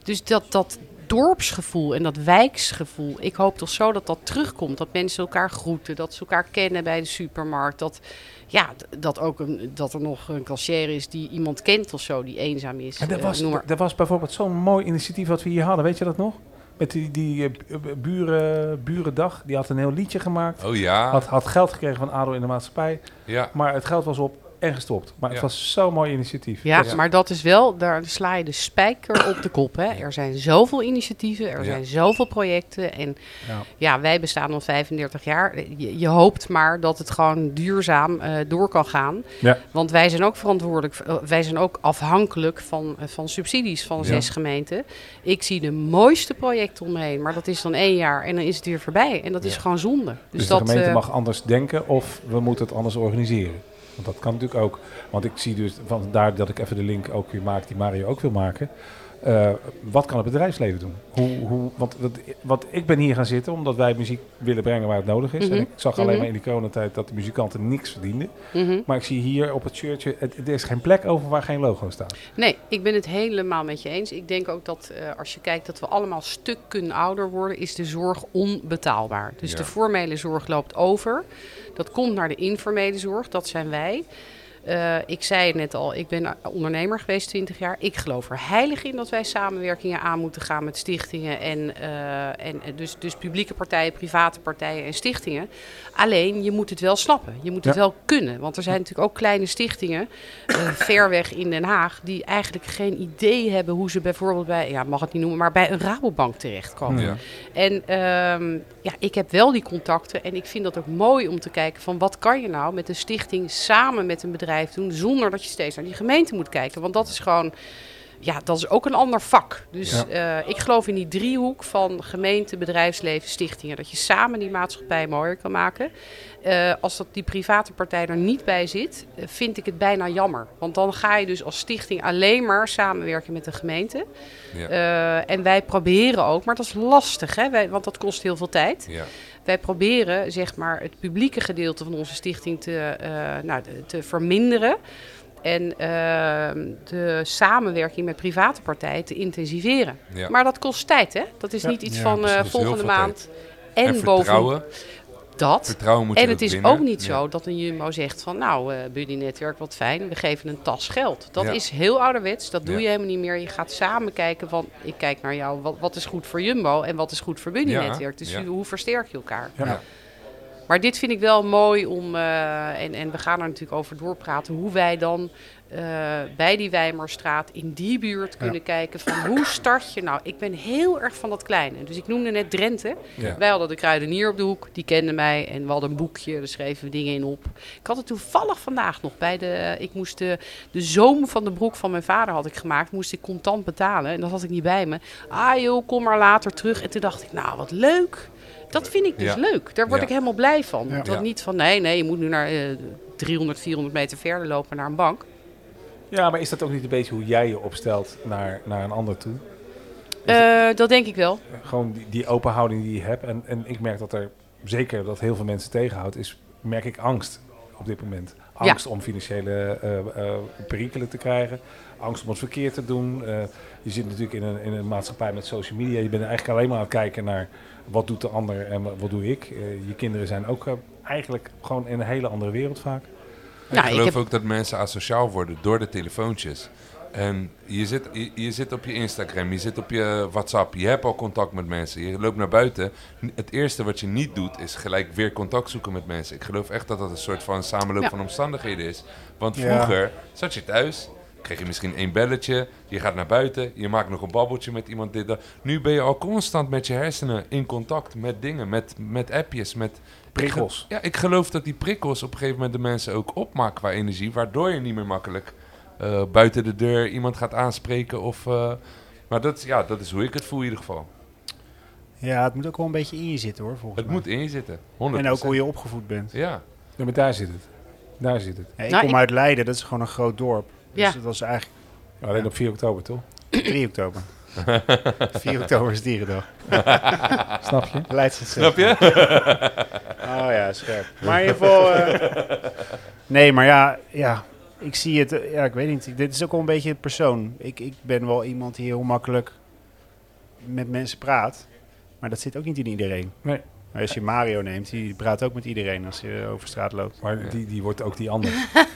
dus dat, dat dorpsgevoel en dat wijksgevoel. Ik hoop toch zo dat dat terugkomt. Dat mensen elkaar groeten. Dat ze elkaar kennen bij de supermarkt. Dat, ja, d- dat, ook een, dat er nog een kassier is die iemand kent of zo. Die eenzaam is. En dat Eh, was, noem maar. dat was bijvoorbeeld zo'n mooi initiatief wat we hier hadden. Weet je dat nog? Met die, die eh, bu- buren, burendag. Die had een heel liedje gemaakt. Oh ja, Had, had geld gekregen van ADO in de maatschappij. ja. Maar het geld was op en gestopt. Maar het Ja. was zo'n mooi initiatief. Ja, Ja. maar dat is wel, daar sla je de spijker op de kop. Hè. Er zijn zoveel initiatieven, er Ja. zijn zoveel projecten. En Ja. ja. wij bestaan al 35 jaar. Je, je hoopt maar dat het gewoon duurzaam eh, door kan gaan. Ja. Want wij zijn ook verantwoordelijk, eh, wij zijn ook afhankelijk van, eh, van subsidies van zes gemeenten. Ik zie de mooiste projecten omheen, maar dat is dan één jaar en dan is het weer voorbij. En dat is gewoon zonde. Dus, Dus, dat, de gemeente eh, mag anders denken of we moeten het anders organiseren. Want dat kan natuurlijk ook. Want ik zie dus, vandaar dat ik even de link ook weer maak die Mario ook wil maken. Eh, wat kan het bedrijfsleven doen? Hoe, hoe, want wat, wat ik ben hier gaan zitten omdat wij muziek willen brengen waar het nodig is. Mhm. En ik zag alleen maar in die coronatijd dat de muzikanten niks verdienden. Mhm. Maar ik zie hier op het shirtje, het, er is geen plek over waar geen logo staat. Nee, ik ben het helemaal met je eens. Ik denk ook dat eh, als je kijkt dat we allemaal stukken ouder worden, is de zorg onbetaalbaar. Dus Ja. de formele zorg loopt over. Dat komt naar de informele zorg, dat zijn wij. Eh, ik zei het net al, ik ben ondernemer geweest 20 jaar. Ik geloof er heilig in dat wij samenwerkingen aan moeten gaan met stichtingen. En, eh, en eh, dus, dus publieke partijen, private partijen en stichtingen. Alleen je moet het wel snappen. Je moet het Ja. wel kunnen. Want er zijn natuurlijk ook kleine stichtingen eh, ver weg in Den Haag, die eigenlijk geen idee hebben hoe ze bijvoorbeeld bij, ja, mag het niet noemen, maar bij een Rabobank terechtkomen. Ja. En ehm, ja, ik heb wel die contacten en ik vind dat ook mooi om te kijken van wat kan je nou met een stichting samen met een bedrijf doen, zonder dat je steeds naar die gemeente moet kijken. Want dat is gewoon, ja, dat is ook een ander vak. Dus eh, ik geloof in die driehoek van gemeente, bedrijfsleven, stichtingen, dat je samen die maatschappij mooier kan maken. Eh, als dat die private partij er niet bij zit, eh, vind ik het bijna jammer. Want dan ga je dus als stichting alleen maar samenwerken met de gemeente. Ja. Eh, en wij proberen ook, maar dat is lastig, hè? Wij, want dat kost heel veel tijd. ja. Wij proberen zeg maar, het publieke gedeelte van onze stichting te, eh, nou, te- te verminderen. En ehm, de samenwerking met private partijen te intensiveren. Ja. Maar dat kost tijd, hè? Dat is Ja. niet iets Ja, van precies. eh, Dat is heel volgende veel tijd. maand. En, En, boven vertrouwen. dat. Vertrouwen moet je En het ook is winnen. ook niet Ja. zo dat een Jumbo zegt van nou, eh Buddy Netwerk, wat fijn, we geven een tas geld. Dat Ja. is heel ouderwets, dat doe Ja. je helemaal niet meer. Je gaat samen kijken van, ik kijk naar jou, wat, wat is goed voor Jumbo en wat is goed voor Buddy Ja, Netwerk. Dus ja. hoe versterk je elkaar? Ja. Ja. Maar dit vind ik wel mooi om, eh, en, en we gaan er natuurlijk over doorpraten, hoe wij dan eh, bij die Wijmerstraat in die buurt kunnen kijken van hoe start je nou? Ik ben heel erg van dat kleine. Dus ik noemde net Drenthe. Ja. Wij hadden de kruidenier op de hoek, die kende mij en we hadden een boekje, daar schreven we dingen in op. Ik had het toevallig vandaag nog bij de, ik moest de, de zoom van de broek van mijn vader had ik gemaakt, moest ik contant betalen en dat had ik niet bij me. Ah joh, kom maar later terug. En toen dacht ik, nou wat leuk. Dat vind ik dus Ja. leuk. Daar word Ja. ik helemaal blij van. Dat Ja. niet van, nee, nee, je moet nu naar eh, 300, 400 meter verder lopen naar een bank. Ja, maar is dat ook niet een beetje hoe jij je opstelt naar, naar een ander toe? Eh, dat denk ik wel. gewoon die, die open houding die je hebt. En, en ik merk dat er zeker dat heel veel mensen tegenhoudt, is merk ik angst op dit moment. Angst om financiële eh, eh, perikelen te krijgen. Angst om het verkeerd te doen. Eh, je zit natuurlijk in een, in een maatschappij met social media. Je bent eigenlijk alleen maar aan het kijken naar wat doet de ander en wa- wat doe ik. Eh, je kinderen zijn ook eh, eigenlijk gewoon in een hele andere wereld vaak. Nou, ik ik geloof heb- ook dat mensen asociaal worden door de telefoontjes. En je zit, je, je zit op je Instagram, je zit op je WhatsApp, je hebt al contact met mensen, je loopt naar buiten. N- Het eerste wat je niet doet is gelijk weer contact zoeken met mensen. Ik geloof echt dat dat een soort van samenloop Ja. van omstandigheden is. Want Ja. vroeger zat je thuis, Kreeg je misschien één belletje, je gaat naar buiten, je maakt nog een babbeltje met iemand. Dit, dat. Nu ben je al constant met je hersenen in contact met dingen, met, met appjes, met Prikkels. Ja, ik geloof dat die prikkels op een gegeven moment de mensen ook opmaken qua energie, waardoor je niet meer makkelijk eh, buiten de deur iemand gaat aanspreken. Of, eh, maar dat, is- ja, dat is hoe ik het voel in ieder geval. Ja, het moet ook wel een beetje in je zitten hoor, volgens Het moet in je zitten. 100%. mij. En ook hoe je opgevoed bent. Ja. Ja, maar daar zit het. Daar zit het. Ja, ik Nou, kom ik- uit Leiden, dat is gewoon een groot dorp. Dus Ja. dat was eigenlijk Alleen op 4 oktober, toch? 3 oktober. 4 oktober is dierendag. Snap je? Leidse Snap je? Oh ja, scherp. Maar in ieder geval... eh, nee, maar ja, ja, ik zie het... eh, Ja, ik weet niet. Dit is ook wel een beetje het persoon. Ik, ik ben wel iemand die heel makkelijk met mensen praat. Maar dat zit ook niet in iedereen. Nee. Maar als je Mario neemt, die praat ook met iedereen als je over straat loopt. Maar die, die wordt ook die ander.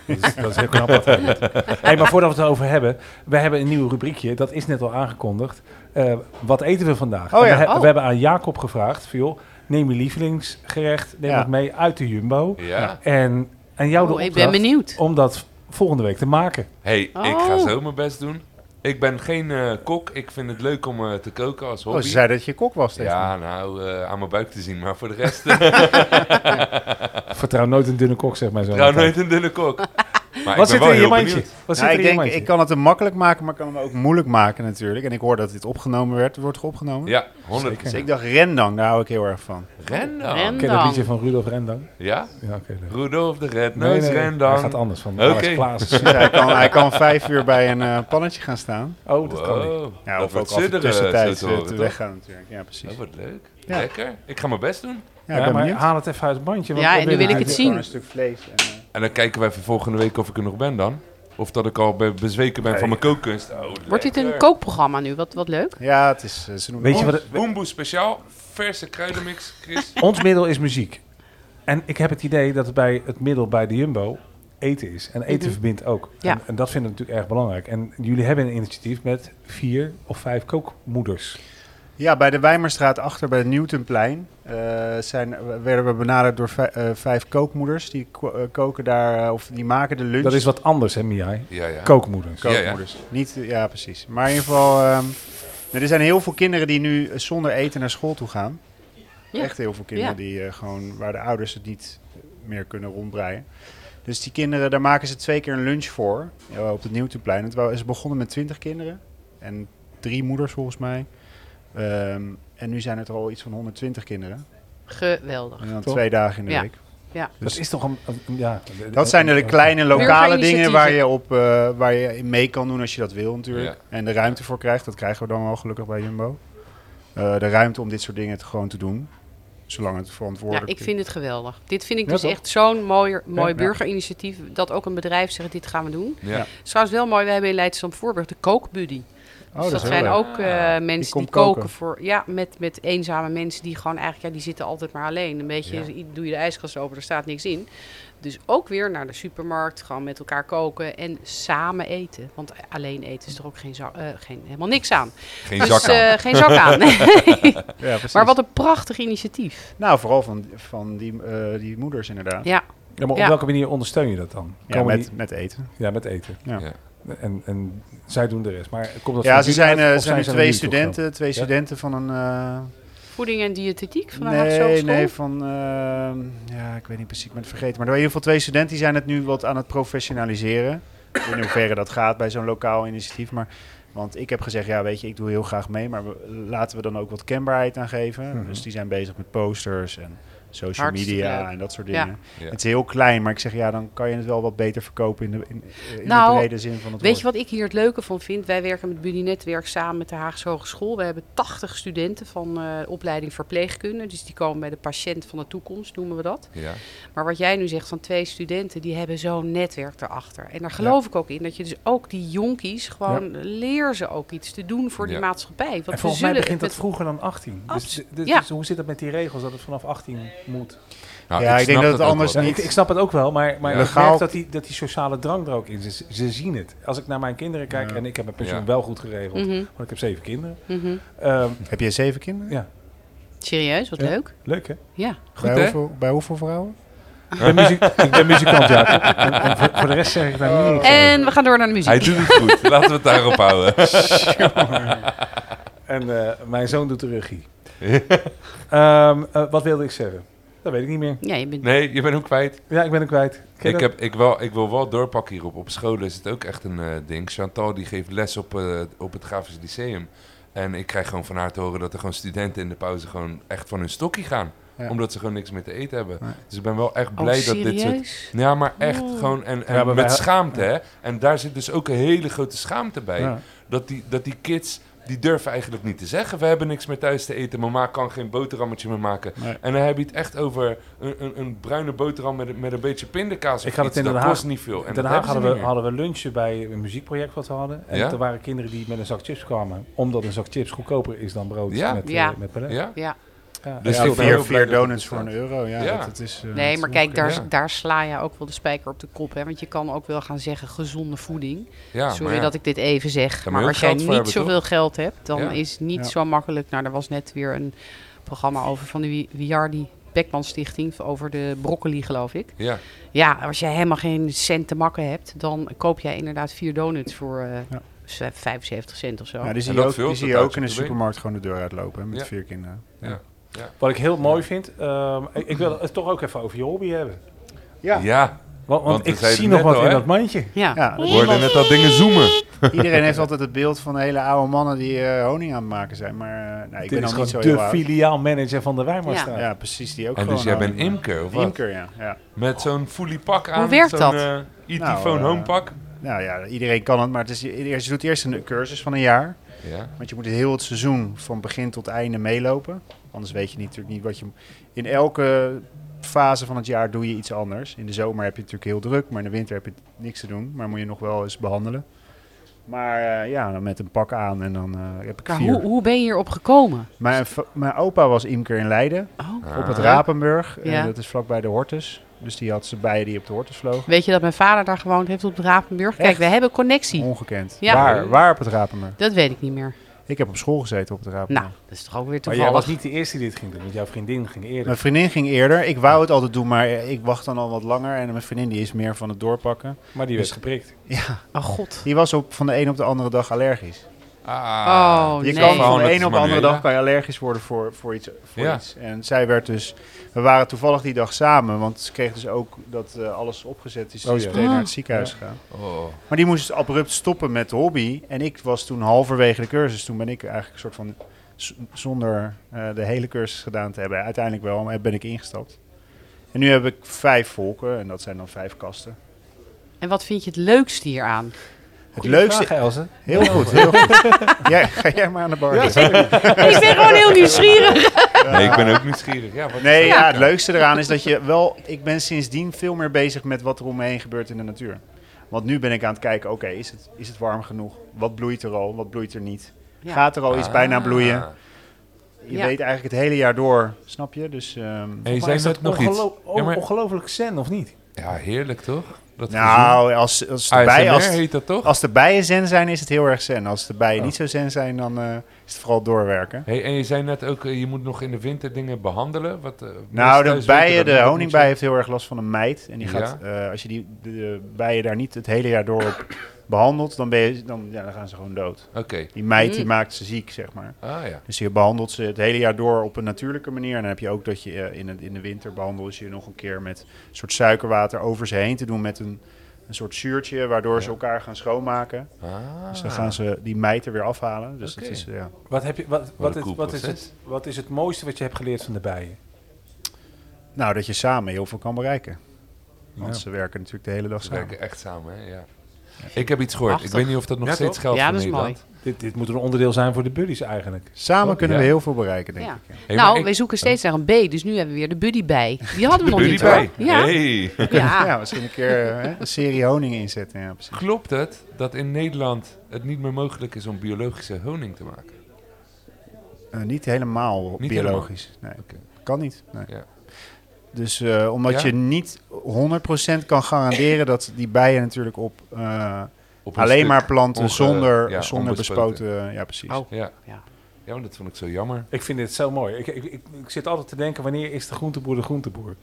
dat, is, dat is heel knap. Wat hij doet. hey, maar voordat we het erover hebben, we hebben een nieuw rubriekje. Dat is net al aangekondigd. Eh, wat eten we vandaag? Oh En ja. we, he- Oh. we hebben aan Jacob gevraagd: van, joh, neem je lievelingsgerecht, neem Ja. het mee uit de Jumbo. Ja. En, en jou de Oh, ik ben opdracht benieuwd. om dat volgende week te maken. hey, ik ga Oh. zo mijn best doen. Ik ben geen eh, kok. Ik vind het leuk om eh, te koken als hobby. Oh, ze zei dat je kok was tegen me. ja, nou, eh, aan mijn buik te zien. Maar voor de rest, eh, Vertrouw nooit een dunne kok, zeg maar zo. trouw nou, nooit een dunne kok. Maar Wat ik zit ben er in je wel heel mandje? benieuwd. Wat zit Nou, er ik in je denk, mandje? ik kan het hem makkelijk maken, maar ik kan hem ook moeilijk maken natuurlijk. En ik hoor dat dit opgenomen werd, wordt geopgenomen. Ja, 100%. Dus ik dacht, rendang, daar hou ik heel erg van. Rendang. Ken Ren- je Nou. dat Dan. liedje van Rudolf Rendang? Ja? Ja, oké. leuk. Rudolf de Nee, Redneus, nee, Rendang. Dat gaat anders. Van Oké. Alex Klaas. Dus hij, kan, hij kan vijf uur bij een eh, pannetje gaan staan. Oh, dat kan niet. Wow, dat Ja, of ook wordt af en toe zudderen, tussentijds zo eh, te te horen, toch? weggaan natuurlijk. Ja, precies. Dat wordt leuk. Ja. Lekker. Ik ga mijn best doen. Ja, Ja, ik ben maar benieuwd. haal het even uit het bandje. want Ja, we en nu willen wil ik natuurlijk- het zien. Een stuk vlees. En, eh, En dan kijken we even volgende week of ik er nog ben dan. Of dat ik al be- bezweken ben van mijn kookkunst. Oh, Wordt dit een lekker. kookprogramma nu? Wat, wat leuk. ja, het is... eh, Ze noemen Weet je het- wat het- Boemboe speciaal, verse kruidenmix, Chris. Ons middel is muziek. En ik heb het idee dat het, bij het middel bij de Jumbo eten is. En eten verbindt ook. Mhm. Ja. En, en dat vinden we natuurlijk erg belangrijk. En jullie hebben een initiatief met vier of vijf kookmoeders. Ja, bij de Wijmerstraat achter, bij het Newtonplein, eh, zijn, werden we benaderd door vij- eh, vijf kookmoeders. Die ko- eh, koken daar, eh, of die maken de lunch. Dat is wat anders, hè, Miai? Ja, ja. Kookmoeders. Ja, ja. kookmoeders. Niet, eh, ja, precies. Maar in ieder geval, ehm, nou, er zijn heel veel kinderen die nu eh, zonder eten naar school toe gaan. Ja. Echt heel veel kinderen Ja. die eh, gewoon, waar de ouders het niet meer kunnen rondbreien. Dus die kinderen, daar maken ze twee keer een lunch voor eh, op het Nieuwteplein. Het wou- Ze begonnen met twintig kinderen en drie moeders volgens mij. Ehm, en nu zijn het er al iets van 120 kinderen. Geweldig. En dan Toch? twee dagen in de Ja. week. Dat is toch een... een- ja, Dus Dat zijn de kleine lokale dingen waar je, op, eh, waar je in mee kan doen als je dat wil natuurlijk. En de ruimte voor krijgt, dat krijgen we dan wel gelukkig bij Jumbo. Eh, de ruimte om dit soort dingen te gewoon te doen, zolang het Ja, verantwoordelijk ik vind het geweldig. Dit vind ik Ja, dus toch? echt zo'n mooi, mooi Ja. burgerinitiatief. Dat ook een bedrijf zegt, dit gaan we doen. Ja. Ja. Het is trouwens wel mooi, we hebben in Leidschland Voorburg de kookbuddy. Oh, dus dat dat, is heel zijn leuk. ook eh, mensen die, komt koken, koken. voor, ja, met, met eenzame mensen die gewoon eigenlijk, ja, die zitten altijd maar alleen. Een beetje, i- doe je de ijskast open, er staat niks in. Dus ook weer naar de supermarkt, gewoon met elkaar koken en samen eten. Want alleen eten is er ook geen, za- eh, geen, helemaal niks aan. Geen dus zak aan. eh, geen zak aan. Ja, precies. maar wat een prachtig initiatief. Nou, vooral van, van die, eh, die moeders inderdaad. Ja, Ja, Ja, maar op Ja. welke manier ondersteun je dat dan? Komen met, die- met eten. ja met eten. Ja. Ja. En, en zij doen de rest. Maar komt dat Ja, van ze jullie zijn, uit, eh, of zijn nu ze twee naar jullie toegenomen? studenten, twee Ja. studenten van een... eh, voeding en diëtetiek van de Haagse Nee, Hogeschool. nee, van... ehm, ja, ik weet niet precies, ik ben het vergeten. Maar er waren in ieder geval twee studenten die zijn het nu wat aan het professionaliseren. In hoeverre dat gaat bij zo'n lokaal initiatief. Maar, want ik heb gezegd, ja, weet je, ik doe heel graag mee. Maar we- laten we dan ook wat kenbaarheid aan geven. Mhm. Dus die zijn bezig met posters en social Hartstikke media leuk. en dat soort Ja. dingen. Ja. Het is heel klein, maar ik zeg, ja, dan kan je het wel wat beter verkopen in de, in, in Nou, de brede zin van het Weet je woord. wat ik hier het leuke van vind? Wij werken met Buddy Netwerk samen met de Haagse Hogeschool. We hebben 80 studenten van eh, opleiding verpleegkunde. Dus die komen bij de patiënt van de toekomst, noemen we dat. Ja. Maar wat jij nu zegt van twee studenten, die hebben zo'n netwerk erachter. En daar geloof ik ook in. Dat je dus ook die jonkies gewoon leer ze ook iets te doen voor die Ja. maatschappij. Want En we volgens mij zullen begint het dat vroeger dan 18. Dus, Abs- dus- ja. dus hoe zit dat met die regels dat het vanaf 18 moet? Nou, Ja, ik denk snap dat het ook anders wel. Ja, niet- ik, ik snap het ook wel, maar, maar Ja. ik Legaal- merk dat die, dat die sociale drang er ook in zit. Ze zien het. Als ik naar mijn kinderen kijk, Ja. en ik heb mijn pensioen Ja. wel goed geregeld, Mhm. want ik heb zeven kinderen. Mhm. Ehm, Heb je zeven kinderen? Ja. Serieus, wat Ja. leuk. leuk hè? Ja. Goed, bij, hè? hoeveel, bij hoeveel vrouwen? Ik ben, muziek, ik ben muzikant, ja. En, en voor, voor de rest zeg ik daar niks. over. En we gaan door naar de muziek. Hij doet het goed. Laten we het daarop houden. En eh, mijn zoon doet de regie. Ehm, eh, wat wilde ik zeggen? Dat weet ik niet meer. Ja, je bent... Nee, je bent ook kwijt. Ja, ik ben hem kwijt. Ken je Ik, dat? heb, ik, wel, ik wil wel doorpakken hierop. Op scholen is het ook echt een eh, ding. Chantal die geeft les op, eh, op het Grafisch Lyceum. En ik krijg gewoon van haar te horen dat er gewoon studenten in de pauze gewoon echt van hun stokkie gaan. Ja. Omdat ze gewoon niks meer te eten hebben. Nee. Dus ik ben wel echt Oh, blij dat dit soort... serieus? Ja, maar echt Oh. gewoon... En, en Ja, maar met wij- schaamte, hè. En daar zit dus ook een hele grote schaamte bij. Ja. Dat, die, dat die kids, die durven eigenlijk niet te zeggen... we hebben niks meer thuis te eten. Mama kan geen boterhammetje meer maken. Nee. En dan heb je het echt over een, een, een bruine boterham met, met een beetje pindakaas of Ik had het iets. in dat Den Haag. kost niet veel. En In Den dat Haag hebben ze hadden we, niet hadden we lunchen bij een muziekproject wat we hadden. En Ja? er waren kinderen die met een zak chips kwamen. Omdat een zak chips goedkoper is dan brood Ja. met, eh, Ja. met palet. meer. Ja? Ja, Ja, Dus ja, veel of- ben heel vier, blij vier dat het donuts voor een bestaat. euro. Ja, Ja. Dat, dat is, eh, nee, dat maar is kijk, daar, ja. daar sla je ook wel de spijker op de kop. Hè? Want je kan ook wel gaan zeggen gezonde voeding. ja Sorry Ah, maar ja. dat ik dit even zeg. moet maar je ook als jij geld voor niet hebben, zoveel geld hebt, dan Ja. is het niet Ja. zo makkelijk. Nou, er was net weer een programma over van de Wi- Wiardi Beckman Stichting. Over de broccoli, geloof ik. Ja. Ja, als jij helemaal geen cent te makken hebt, dan koop jij inderdaad vier donuts voor eh, Ja. z- 75 cent of zo. Ja, Nou, die zie En je dat ook, die vult zie het je uit ook in de je te been. supermarkt gewoon de deur uitlopen hè, met Ja. vier kinderen. Ja. Ja. Wat ik heel mooi vind, ehm, ik, ik wil het toch ook even over je hobby hebben. Ja. Ja. Want, want we ik zeiden zie het nog net wat al, in hè? dat mandje. ja. Ja, We hoorden net dat dingen zoomen. iedereen heeft altijd het beeld van hele oude mannen die eh, honing aan het maken zijn. Maar eh, nou, ik Dit ben is nog niet zo gewoon heel de oud. filiaalmanager van de Ja. Wijnmaarstraat. Ja, precies, die ook En gewoon dus jij bent honing maken. imker, of eh, wat? Imker, ja. ja. Met zo'n fully pak aan. werkt zo'n, dat? eh, IT Nou, phone eh, home pak. Nou ja, iedereen kan het, maar het is, je doet eerst een cursus van een jaar. Ja. Want je moet heel het seizoen van begin tot einde meelopen. Anders weet je niet- natuurlijk niet wat je... In elke fase van het jaar doe je iets anders. In de zomer heb je het natuurlijk heel druk, maar in de winter heb je niks te doen. Maar moet je nog wel eens behandelen. Maar eh, ja, dan met een pak aan en dan eh, heb ik Maar vier. hoe, hoe ben je hierop gekomen? Mijn, va- mijn opa was imker in Leiden, Oh. op het Rapenburg. Ja. En dat is vlakbij de Hortus. Dus die had ze bijen die op de Hortus vlogen. Weet je dat mijn vader daar gewoond heeft op de Rapenburg? Kijk, Echt? Oh. we hebben connectie. Ongekend. Ja. Waar, waar op het Rapenburg? Dat weet ik niet meer. Ik heb op school gezeten op het Rapenburg. Nou, dat is toch ook weer Maar jij toevallig. was niet de eerste die dit ging doen, want jouw vriendin ging eerder. Mijn vriendin ging eerder. Ik wou het altijd doen, maar eh, ik wacht dan al wat langer. En mijn vriendin die is meer van het doorpakken. Maar die werd geprikt. Ja, Oh god. die was op, van de een op de andere dag allergisch. Ah. Oh je nee. kan van Gewoon, de dat een is op de maar andere weer, dag ja. kan je allergisch worden voor, voor, iets, voor Ja. iets. En zij werd dus... We waren toevallig die dag samen, want ze kreeg dus ook dat eh, alles opgezet is. Ze Oh is ja. meteen naar het Ah. ziekenhuis Ja. gegaan. Oh. Maar die moest dus abrupt stoppen met de hobby. En ik was toen halverwege de cursus. Toen ben ik eigenlijk een soort van z- zonder eh, de hele cursus gedaan te hebben. Uiteindelijk wel, maar ben ik ingestapt. En nu heb ik vijf volken en dat zijn dan vijf kasten. En wat vind je het leukste hieraan? Het leukste, Vraag, Elze. heel goed, heel goed. jij, ga jij maar aan de bar. ik ben gewoon heel nieuwsgierig. Nee, ik ben ook nieuwsgierig. Ja, wat Nee, Ja. ja, het leukste eraan is dat je wel... Ik ben sindsdien veel meer bezig met wat er om me heen gebeurt in de natuur. Want nu ben ik aan het kijken, oké, is, het, is het warm genoeg? Wat bloeit er al, wat bloeit er niet? Ja. Gaat er al iets Ah. bijna bloeien? Je Ja. weet eigenlijk het hele jaar door, snap je? Dus, ehm, En je Maar zei is dat net nog iets. ongelo- Ja, maar- Oh, ongelooflijk zen, of niet? Ja, heerlijk toch? Dat nou, als, als, de gezoem. bijen, ASMR als, heet dat toch? als de bijen zen zijn, is het heel erg zen. Als de bijen Oh. niet zo zen zijn, dan eh, is het vooral doorwerken. Hey, en je zei net ook, eh, je moet nog in de winter dingen behandelen. Wat, eh, mensen Nou, de thuis weten bijen, dat de niet, dat honingbij moet heeft heel erg last van een mijt. En die Ja. gaat, eh, als je die de, de bijen daar niet het hele jaar door op behandelt, dan, ben je, dan, ja, dan gaan ze gewoon dood. je- Oké. Die mijt die Mm. maakt ze ziek, zeg maar. Ah ja. Dus je behandelt ze het hele jaar door op een natuurlijke manier. En dan heb je ook dat je eh, in, het, in de winter behandel je ze nog een keer met een soort suikerwater over ze heen te doen met een, een soort zuurtje, waardoor ze Ja. elkaar gaan schoonmaken. Ah. Dus dan gaan ze die mijt er weer afhalen. Dus Oké. dat is, ja. Wat, heb je, wat, wat, een is, cool wat, is proces. het, wat is het mooiste wat je hebt geleerd van de bijen? Nou, dat je samen heel veel kan bereiken. Want Ja. ze werken natuurlijk de hele dag Ze samen. werken echt samen, hè? Ja. Ik heb iets gehoord. Ik Prachtig. weet niet of dat nog Ja, steeds toch? geldt Ja, voor dat is mooi. Nederland. Dit, dit moet een onderdeel zijn voor de buddies eigenlijk. Samen Oh, kunnen ja. we heel veel bereiken, denk Ja. ik. ja. Hey, maar nou, ik- wij zoeken steeds naar een B, dus nu hebben we weer de buddy bij. Die hadden we nog Jullie niet bij. hoor. Ja. Hey. Ja. Ja, misschien een keer eh, hè, een serie honing inzetten. Ja, precies. Klopt het dat in Nederland het niet meer mogelijk is om biologische honing te maken? Eh, niet helemaal Niet biologisch. Nee, Oké. kan niet. Nee. Ja. Dus eh, omdat Ja? je niet 100% kan garanderen dat die bijen natuurlijk op eh, Op een alleen stuk. maar planten onge- zonder, ja, zonder onbespoten. bespoten. Ja, precies. Oh. Ja. Ja. ja, maar dat vond ik zo jammer. Ik vind dit zo mooi. Ik, ik, ik, ik zit altijd te denken, wanneer is de groenteboer de groenteboer?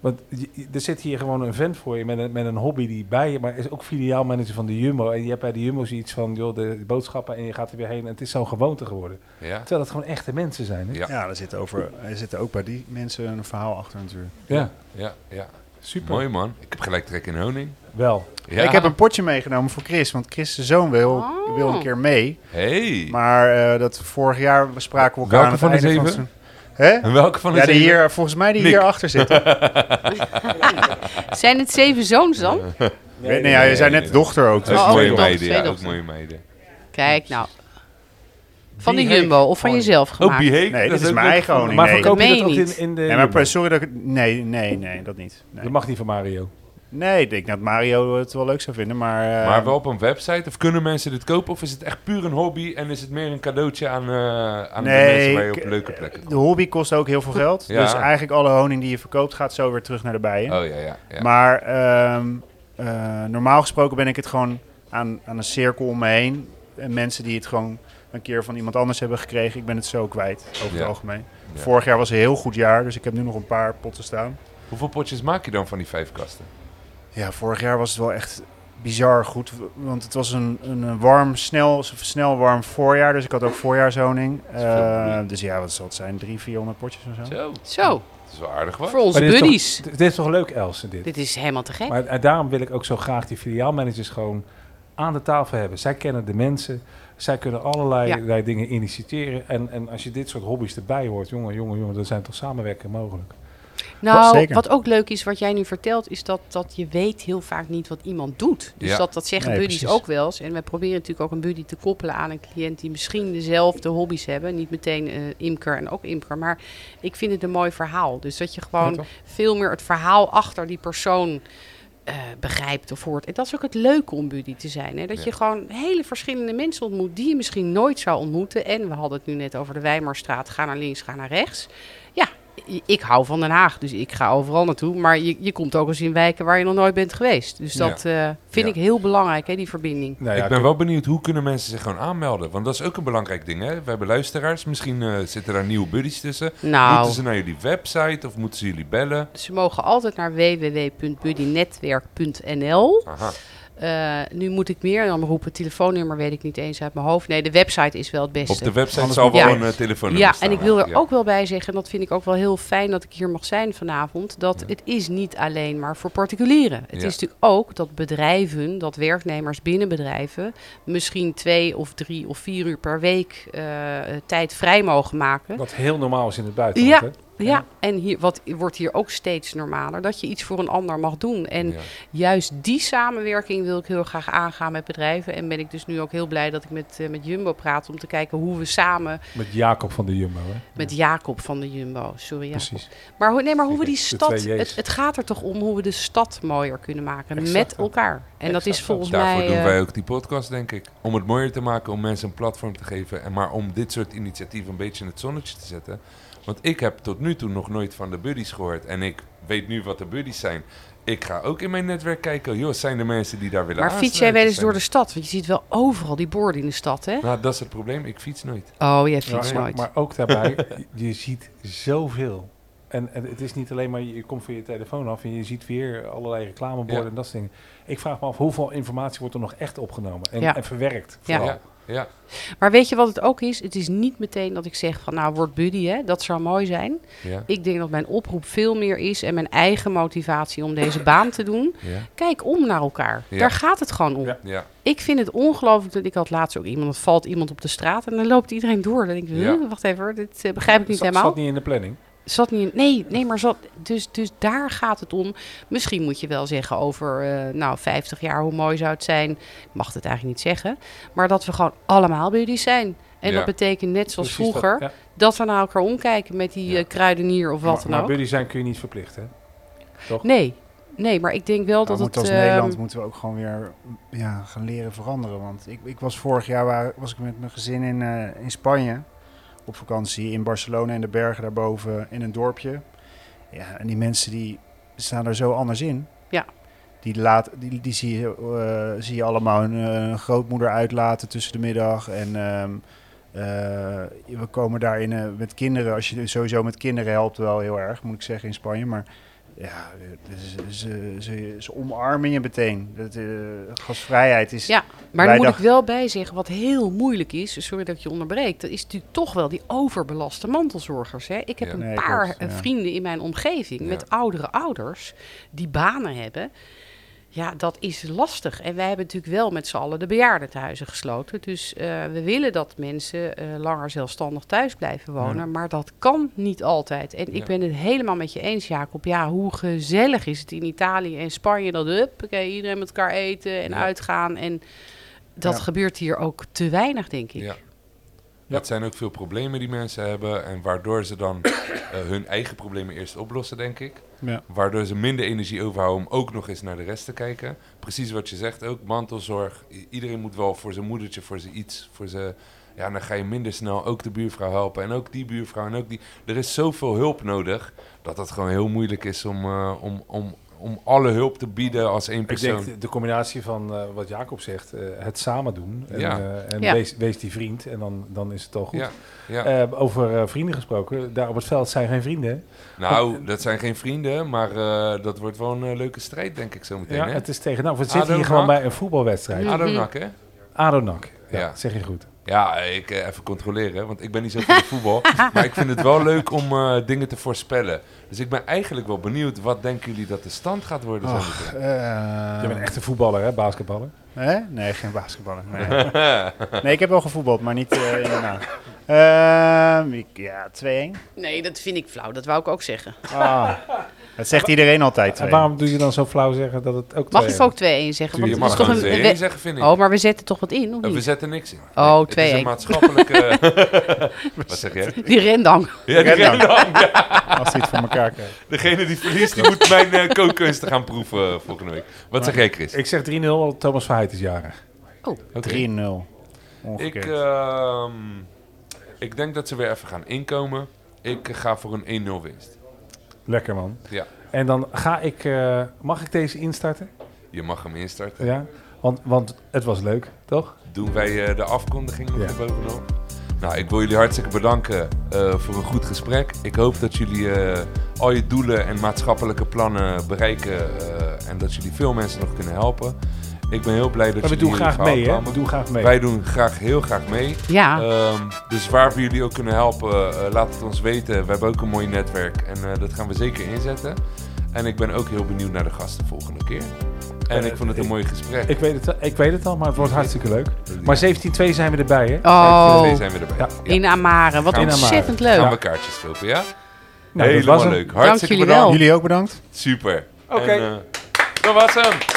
Want je- je- er zit hier gewoon een vent voor je met een, met een hobby die bij je... maar is ook filiaalmanager van de Jumbo. En je hebt bij de Jumbo zoiets van, joh, de boodschappen en je gaat er weer heen. En het is zo'n gewoonte geworden. Ja. Terwijl het gewoon echte mensen zijn. Hè? Ja. Ja, er zit, over, er zit ook bij die mensen een verhaal achter natuurlijk. Ja, Ja, ja. super. Mooi man. Ik heb gelijk trek in honing. Wel. Ja. Ik heb een potje meegenomen voor Chris, want Chris' zoon wil, Oh. wil een keer mee. Hey. Maar eh, dat vorig jaar spraken we elkaar Welke aan het van de einde van het zeven? seizoen. Hè? En welke van de Ja, die zeven? hier, volgens mij die Oh, Nick. hier achter zit. Zijn het zeven zoons dan? Nee, nee, ja, je zei nee, net nee. dochter ook. Ook Oh, mooie dochter, meiden, ja, twee ook dochters. mooie meiden. Kijk nou. Van de Die heeft- Jumbo of van jezelf Ook gemaakt. Biheek. Nee, dat dit is ook mijn leuk. eigen honing. maar nee. verkoop je Dat dat ook meen je in, niet. in de... Nee, maar Jumbo? per- sorry dat ik... Nee, nee, nee, dat niet. Nee, Dat mag niet van Mario. Nee, ik denk dat Mario het wel leuk zou vinden, maar... eh, Maar wel op een website? Of kunnen mensen dit kopen? Of is het echt puur een hobby en is het meer een cadeautje aan, eh, aan de Nee, mensen waar je ik- op leuke plekken komt? De hobby kost ook heel veel geld. Ja. Dus eigenlijk alle honing die je verkoopt gaat zo weer terug naar de bijen. Oh ja, ja. ja. eh, Maar ehm, eh, normaal gesproken ben ik het gewoon aan, aan een cirkel om me heen. En mensen die het gewoon een keer van iemand anders hebben gekregen. Ik ben het zo kwijt, over Ja. het algemeen. Ja. Vorig jaar was een heel goed jaar, dus ik heb nu nog een paar potten staan. Hoeveel potjes maak je dan van die vijf kasten? Ja, vorig jaar was het wel echt bizar goed. w- Want het was een, een, een warm, snel, s- snel warm voorjaar. Dus ik had ook voorjaarshoning. is veel Eh, bloei. dus ja, wat zal het zijn? Drie, 400 potjes of zo? Zo, Zo, dat is wel aardig wat. voor onze Maar dit is toch- buddies. Dit is toch leuk, Elsen, dit? Dit is helemaal te gek. Maar en daarom wil ik ook zo graag die filiaalmanagers gewoon aan de tafel hebben. Zij kennen de mensen, zij kunnen allerlei Ja. allerlei dingen initiëren. En, en als je dit soort hobby's erbij hoort, jongen, jongen, jongen, dan zijn toch samenwerken mogelijk. Nou, zeker. wat ook leuk is, wat jij nu vertelt, is dat, dat je weet heel vaak niet wat iemand doet. Dus Ja. dat, dat zeggen Nee, buddies precies. ook wel eens. En wij proberen natuurlijk ook een buddy te koppelen aan een cliënt die misschien dezelfde hobby's hebben. Niet meteen eh, imker en ook imker. Maar ik vind het een mooi verhaal. Dus dat je gewoon toch? veel meer het verhaal achter die persoon eh, begrijpt of hoort. En dat is ook het leuke om buddy te zijn. Hè? Dat Ja. je gewoon hele verschillende mensen ontmoet die je misschien nooit zou ontmoeten. En we hadden het nu net over de Wijmarstraat. Ga naar links, ga naar rechts. Ja, i- ik hou van Den Haag, dus ik ga overal naartoe. Maar je, je komt ook eens in wijken waar je nog nooit bent geweest. Dus dat eh, vind Ja. ik heel belangrijk, hè, die verbinding. Nou ik ben wel benieuwd, hoe kunnen mensen zich gewoon aanmelden? Want dat is ook een belangrijk ding, hè? We hebben luisteraars, misschien eh, zitten daar nieuwe buddies tussen. Moeten ze Nou, naar jullie website of moeten ze jullie bellen? Dus ze mogen altijd naar www.buddynetwerk.nl. Aha. Eh, nu moet ik meer dan roepen. Telefoonnummer weet ik niet eens uit mijn hoofd. Nee, de website is wel het beste. Op de website zal wel Ja. een eh, telefoonnummer Ja, staan. en ik wil er Ja. ook wel bij zeggen, en dat vind ik ook wel heel fijn dat ik hier mag zijn vanavond, dat het is niet alleen maar voor particulieren. Het Ja. is natuurlijk ook dat bedrijven, dat werknemers binnen bedrijven, misschien twee of drie of vier uur per week eh, tijd vrij mogen maken. Wat heel normaal is in het buitenland. Ja. hè? Ja, en hier, wat wordt hier ook steeds normaler, dat je iets voor een ander mag doen. En Ja. juist die samenwerking wil ik heel graag aangaan met bedrijven. En ben ik dus nu ook heel blij dat ik met, eh, met Jumbo praat om te kijken hoe we samen Met Jacob van de Jumbo. Hè? met Jacob van de Jumbo. Sorry, Jacob. Precies. Maar, hoe, nee, maar hoe we die De stad. twee J's. Het, het gaat er toch om hoe we de stad mooier kunnen maken. Exact met dat. elkaar. En dat is Exact volgens Daarvoor mij. doen eh, wij ook die podcast, denk ik. Om het mooier te maken, om mensen een platform te geven. En maar om dit soort initiatieven een beetje in het zonnetje te zetten. Want ik heb tot nu toe nog nooit van de buddies gehoord. En ik weet nu wat de buddies zijn. Ik ga ook in mijn netwerk kijken. Joh, zijn er mensen die daar willen maar fiets jij wel eens door de aansluiten? stad? Want je ziet wel overal die borden in de stad, hè? Nou, dat is het probleem. Ik fiets nooit. Oh, jij fietst maar, nooit. maar ook daarbij, je ziet zoveel. En, en het is niet alleen maar, je komt van je telefoon af en je ziet weer allerlei reclameborden Ja. en dat soort dingen. Ik vraag me af, hoeveel informatie wordt er nog echt opgenomen en, Ja. en verwerkt? Ja. vooral? Ja, ja. maar weet je wat het ook is? Het is niet meteen dat ik zeg van nou, word buddy, hè? Dat zou mooi zijn. ja, Ik denk dat mijn oproep veel meer is en mijn eigen motivatie om deze baan te doen. ja, Kijk om naar elkaar. Ja. Daar gaat het gewoon om. Ja. ja. Ik vind het ongelooflijk dat ik had laatst ook iemand, dat valt iemand op de straat en dan loopt iedereen door. Dan denk ik, huh, Ja. wacht even, hoor, dit eh, begrijp ik niet Zat- helemaal. Zat niet in de planning? Zat niet in- nee, nee, maar zat, dus, dus daar gaat het om. Misschien moet je wel zeggen over, eh, nou, 50 jaar, hoe mooi zou het zijn. Ik mag het eigenlijk niet zeggen. Maar dat we gewoon allemaal buddies zijn. En Ja. dat betekent net zoals Precies dat, vroeger, dat, ja. we naar elkaar omkijken met die Ja. eh, kruidenier of wat maar, dan maar ook. buddy zijn kun je niet verplichten. hè? Nee, nee, maar ik denk wel We dat het... moeten als ehm, Nederland moeten we ook gewoon weer ja, gaan leren veranderen. Want ik, ik was vorig jaar waar, was ik met mijn gezin in, eh, in Spanje op vakantie. In Barcelona in de bergen daarboven in een dorpje. Ja, en die mensen die staan er zo anders in. Ja. Die, laat, die, die zie, je, eh, zie je allemaal hun eh, grootmoeder uitlaten tussen de middag. En ehm, eh, we komen daarin eh, met kinderen. Als je sowieso met kinderen helpt wel heel erg, moet ik zeggen, in Spanje. Maar Ja, ze, ze, ze, ze omarmen je meteen. Dat, eh, gastvrijheid is... Ja, Wij maar dan moet ik dachten- wel bij zeggen, wat heel moeilijk is, sorry dat ik je onderbreekt, dat is natuurlijk toch wel die overbelaste mantelzorgers. Hè? Ik heb Ja. een Nee, paar klopt, eh, ja. vrienden in mijn omgeving Ja. met oudere ouders die banen hebben. Ja, dat is lastig. En wij hebben natuurlijk wel met z'n allen de bejaardentehuizen gesloten. Dus eh, we willen dat mensen eh, langer zelfstandig thuis blijven wonen. Maar dat kan niet altijd. En ik Ja. ben het helemaal met je eens, Jacob. Ja, hoe gezellig is het in Italië en Spanje dat huppakee, iedereen met elkaar eten en Ja. uitgaan. En dat Ja. gebeurt hier ook te weinig, denk ik. Ja. Dat zijn ook veel problemen die mensen hebben. En waardoor ze dan eh, hun eigen problemen eerst oplossen, denk ik. Ja. Waardoor ze minder energie overhouden om ook nog eens naar de rest te kijken. Precies wat je zegt ook, mantelzorg. I- Iedereen moet wel voor zijn moedertje, voor zijn iets, voor zijn... Ja, dan ga je minder snel ook de buurvrouw helpen. En ook die buurvrouw en ook die... Er is zoveel hulp nodig dat het gewoon heel moeilijk is om, eh, om, om, om alle hulp te bieden als één Ik persoon. denk de- de combinatie van eh, wat Jacob zegt, eh, het samen doen en, Ja. eh, en Ja. Wees, wees die vriend en dan, dan is het al goed. Ja, ja. Eh, over eh, vrienden gesproken, daar op het veld zijn geen vrienden. hè? nou, eh, dat zijn geen vrienden, maar eh, dat wordt wel een eh, leuke strijd, denk ik zo meteen. Ja, hè? het is tegen. Nou, we ADO zitten hier gewoon NAC. bij een voetbalwedstrijd. Adonak, hè? Adonak. Ja, Ja. zeg je goed. Ja, ik eh, even controleren, want ik ben niet zo van de voetbal. Maar ik vind het wel leuk om eh, dingen te voorspellen. Dus ik ben eigenlijk wel benieuwd, wat denken jullie dat de stand gaat worden? zo meteen? Eh, Je bent echt een voetballer, hè, basketballer. hè? Nee, geen basketballer. Nee. nee, ik heb wel gevoetbald, maar niet eh in Den Haag. Ehm, ik- ja, 2-1. Nee, dat vind ik flauw. Dat wou ik ook zeggen. Ah, dat zegt iedereen altijd. En 2-1. waarom doe je dan zo flauw zeggen dat het ook Mag twee ik ook 2-1 zeggen? Je Want mag het is toch gewoon een, twee we- zeggen, vind ik. Oh, maar we zetten toch wat in, of Eh, we niet? zetten niks in. Oh, Het is een 2-1. maatschappelijke... wat zeg je? Die rendang. Ja, die Rendang. rendang, ja. Als hij het voor elkaar krijgt. Degene die verliest, die moet mijn eh, kookkunsten gaan proeven eh, volgende week. Wat zeg jij, Chris? Ik zeg 3-0, want Thomas Verheid is jarig. Oké. 3-0. Ik, eh, eh, Omgekeerd. ehm, ik denk dat ze weer even gaan inkomen. Ik eh, ga voor een 1-0 winst. Lekker man. Ja. En dan ga ik, eh, mag ik deze instarten? Je mag hem instarten. Ja. Want, want het was leuk, toch? doen wij eh, de afkondiging nog Ja. erbovenop. Nou, ik wil jullie hartstikke bedanken eh, voor een goed gesprek. Ik hoop dat jullie eh, al je doelen en maatschappelijke plannen bereiken eh, en dat jullie veel mensen nog kunnen helpen. Ik ben heel blij dat Maar we jullie doen hier graag verhaal mee, hè? We kwamen. doen graag mee. Wij doen graag, heel graag mee. Ja. Ehm, dus waar we jullie ook kunnen helpen, eh, laat het ons weten. We hebben ook een mooi netwerk en eh, dat gaan we zeker inzetten. En ik ben ook heel benieuwd naar de gasten volgende keer. En Eh, ik vond het een ik- mooi gesprek. Ik weet, het, al- ik weet het al, maar het wordt hartstikke leuk. Maar 17-2 zijn we erbij, hè? Nou, Twee Oh, zijn we erbij. Ja. Ja. in Amare. Wat In Amare. ontzettend Gaan leuk. we kaartjes kopen, ja? Nou, dat was Helemaal hem. leuk. Hartstikke jullie bedankt. wel. Jullie ook bedankt. Super. Oké. En, eh, dat was hem.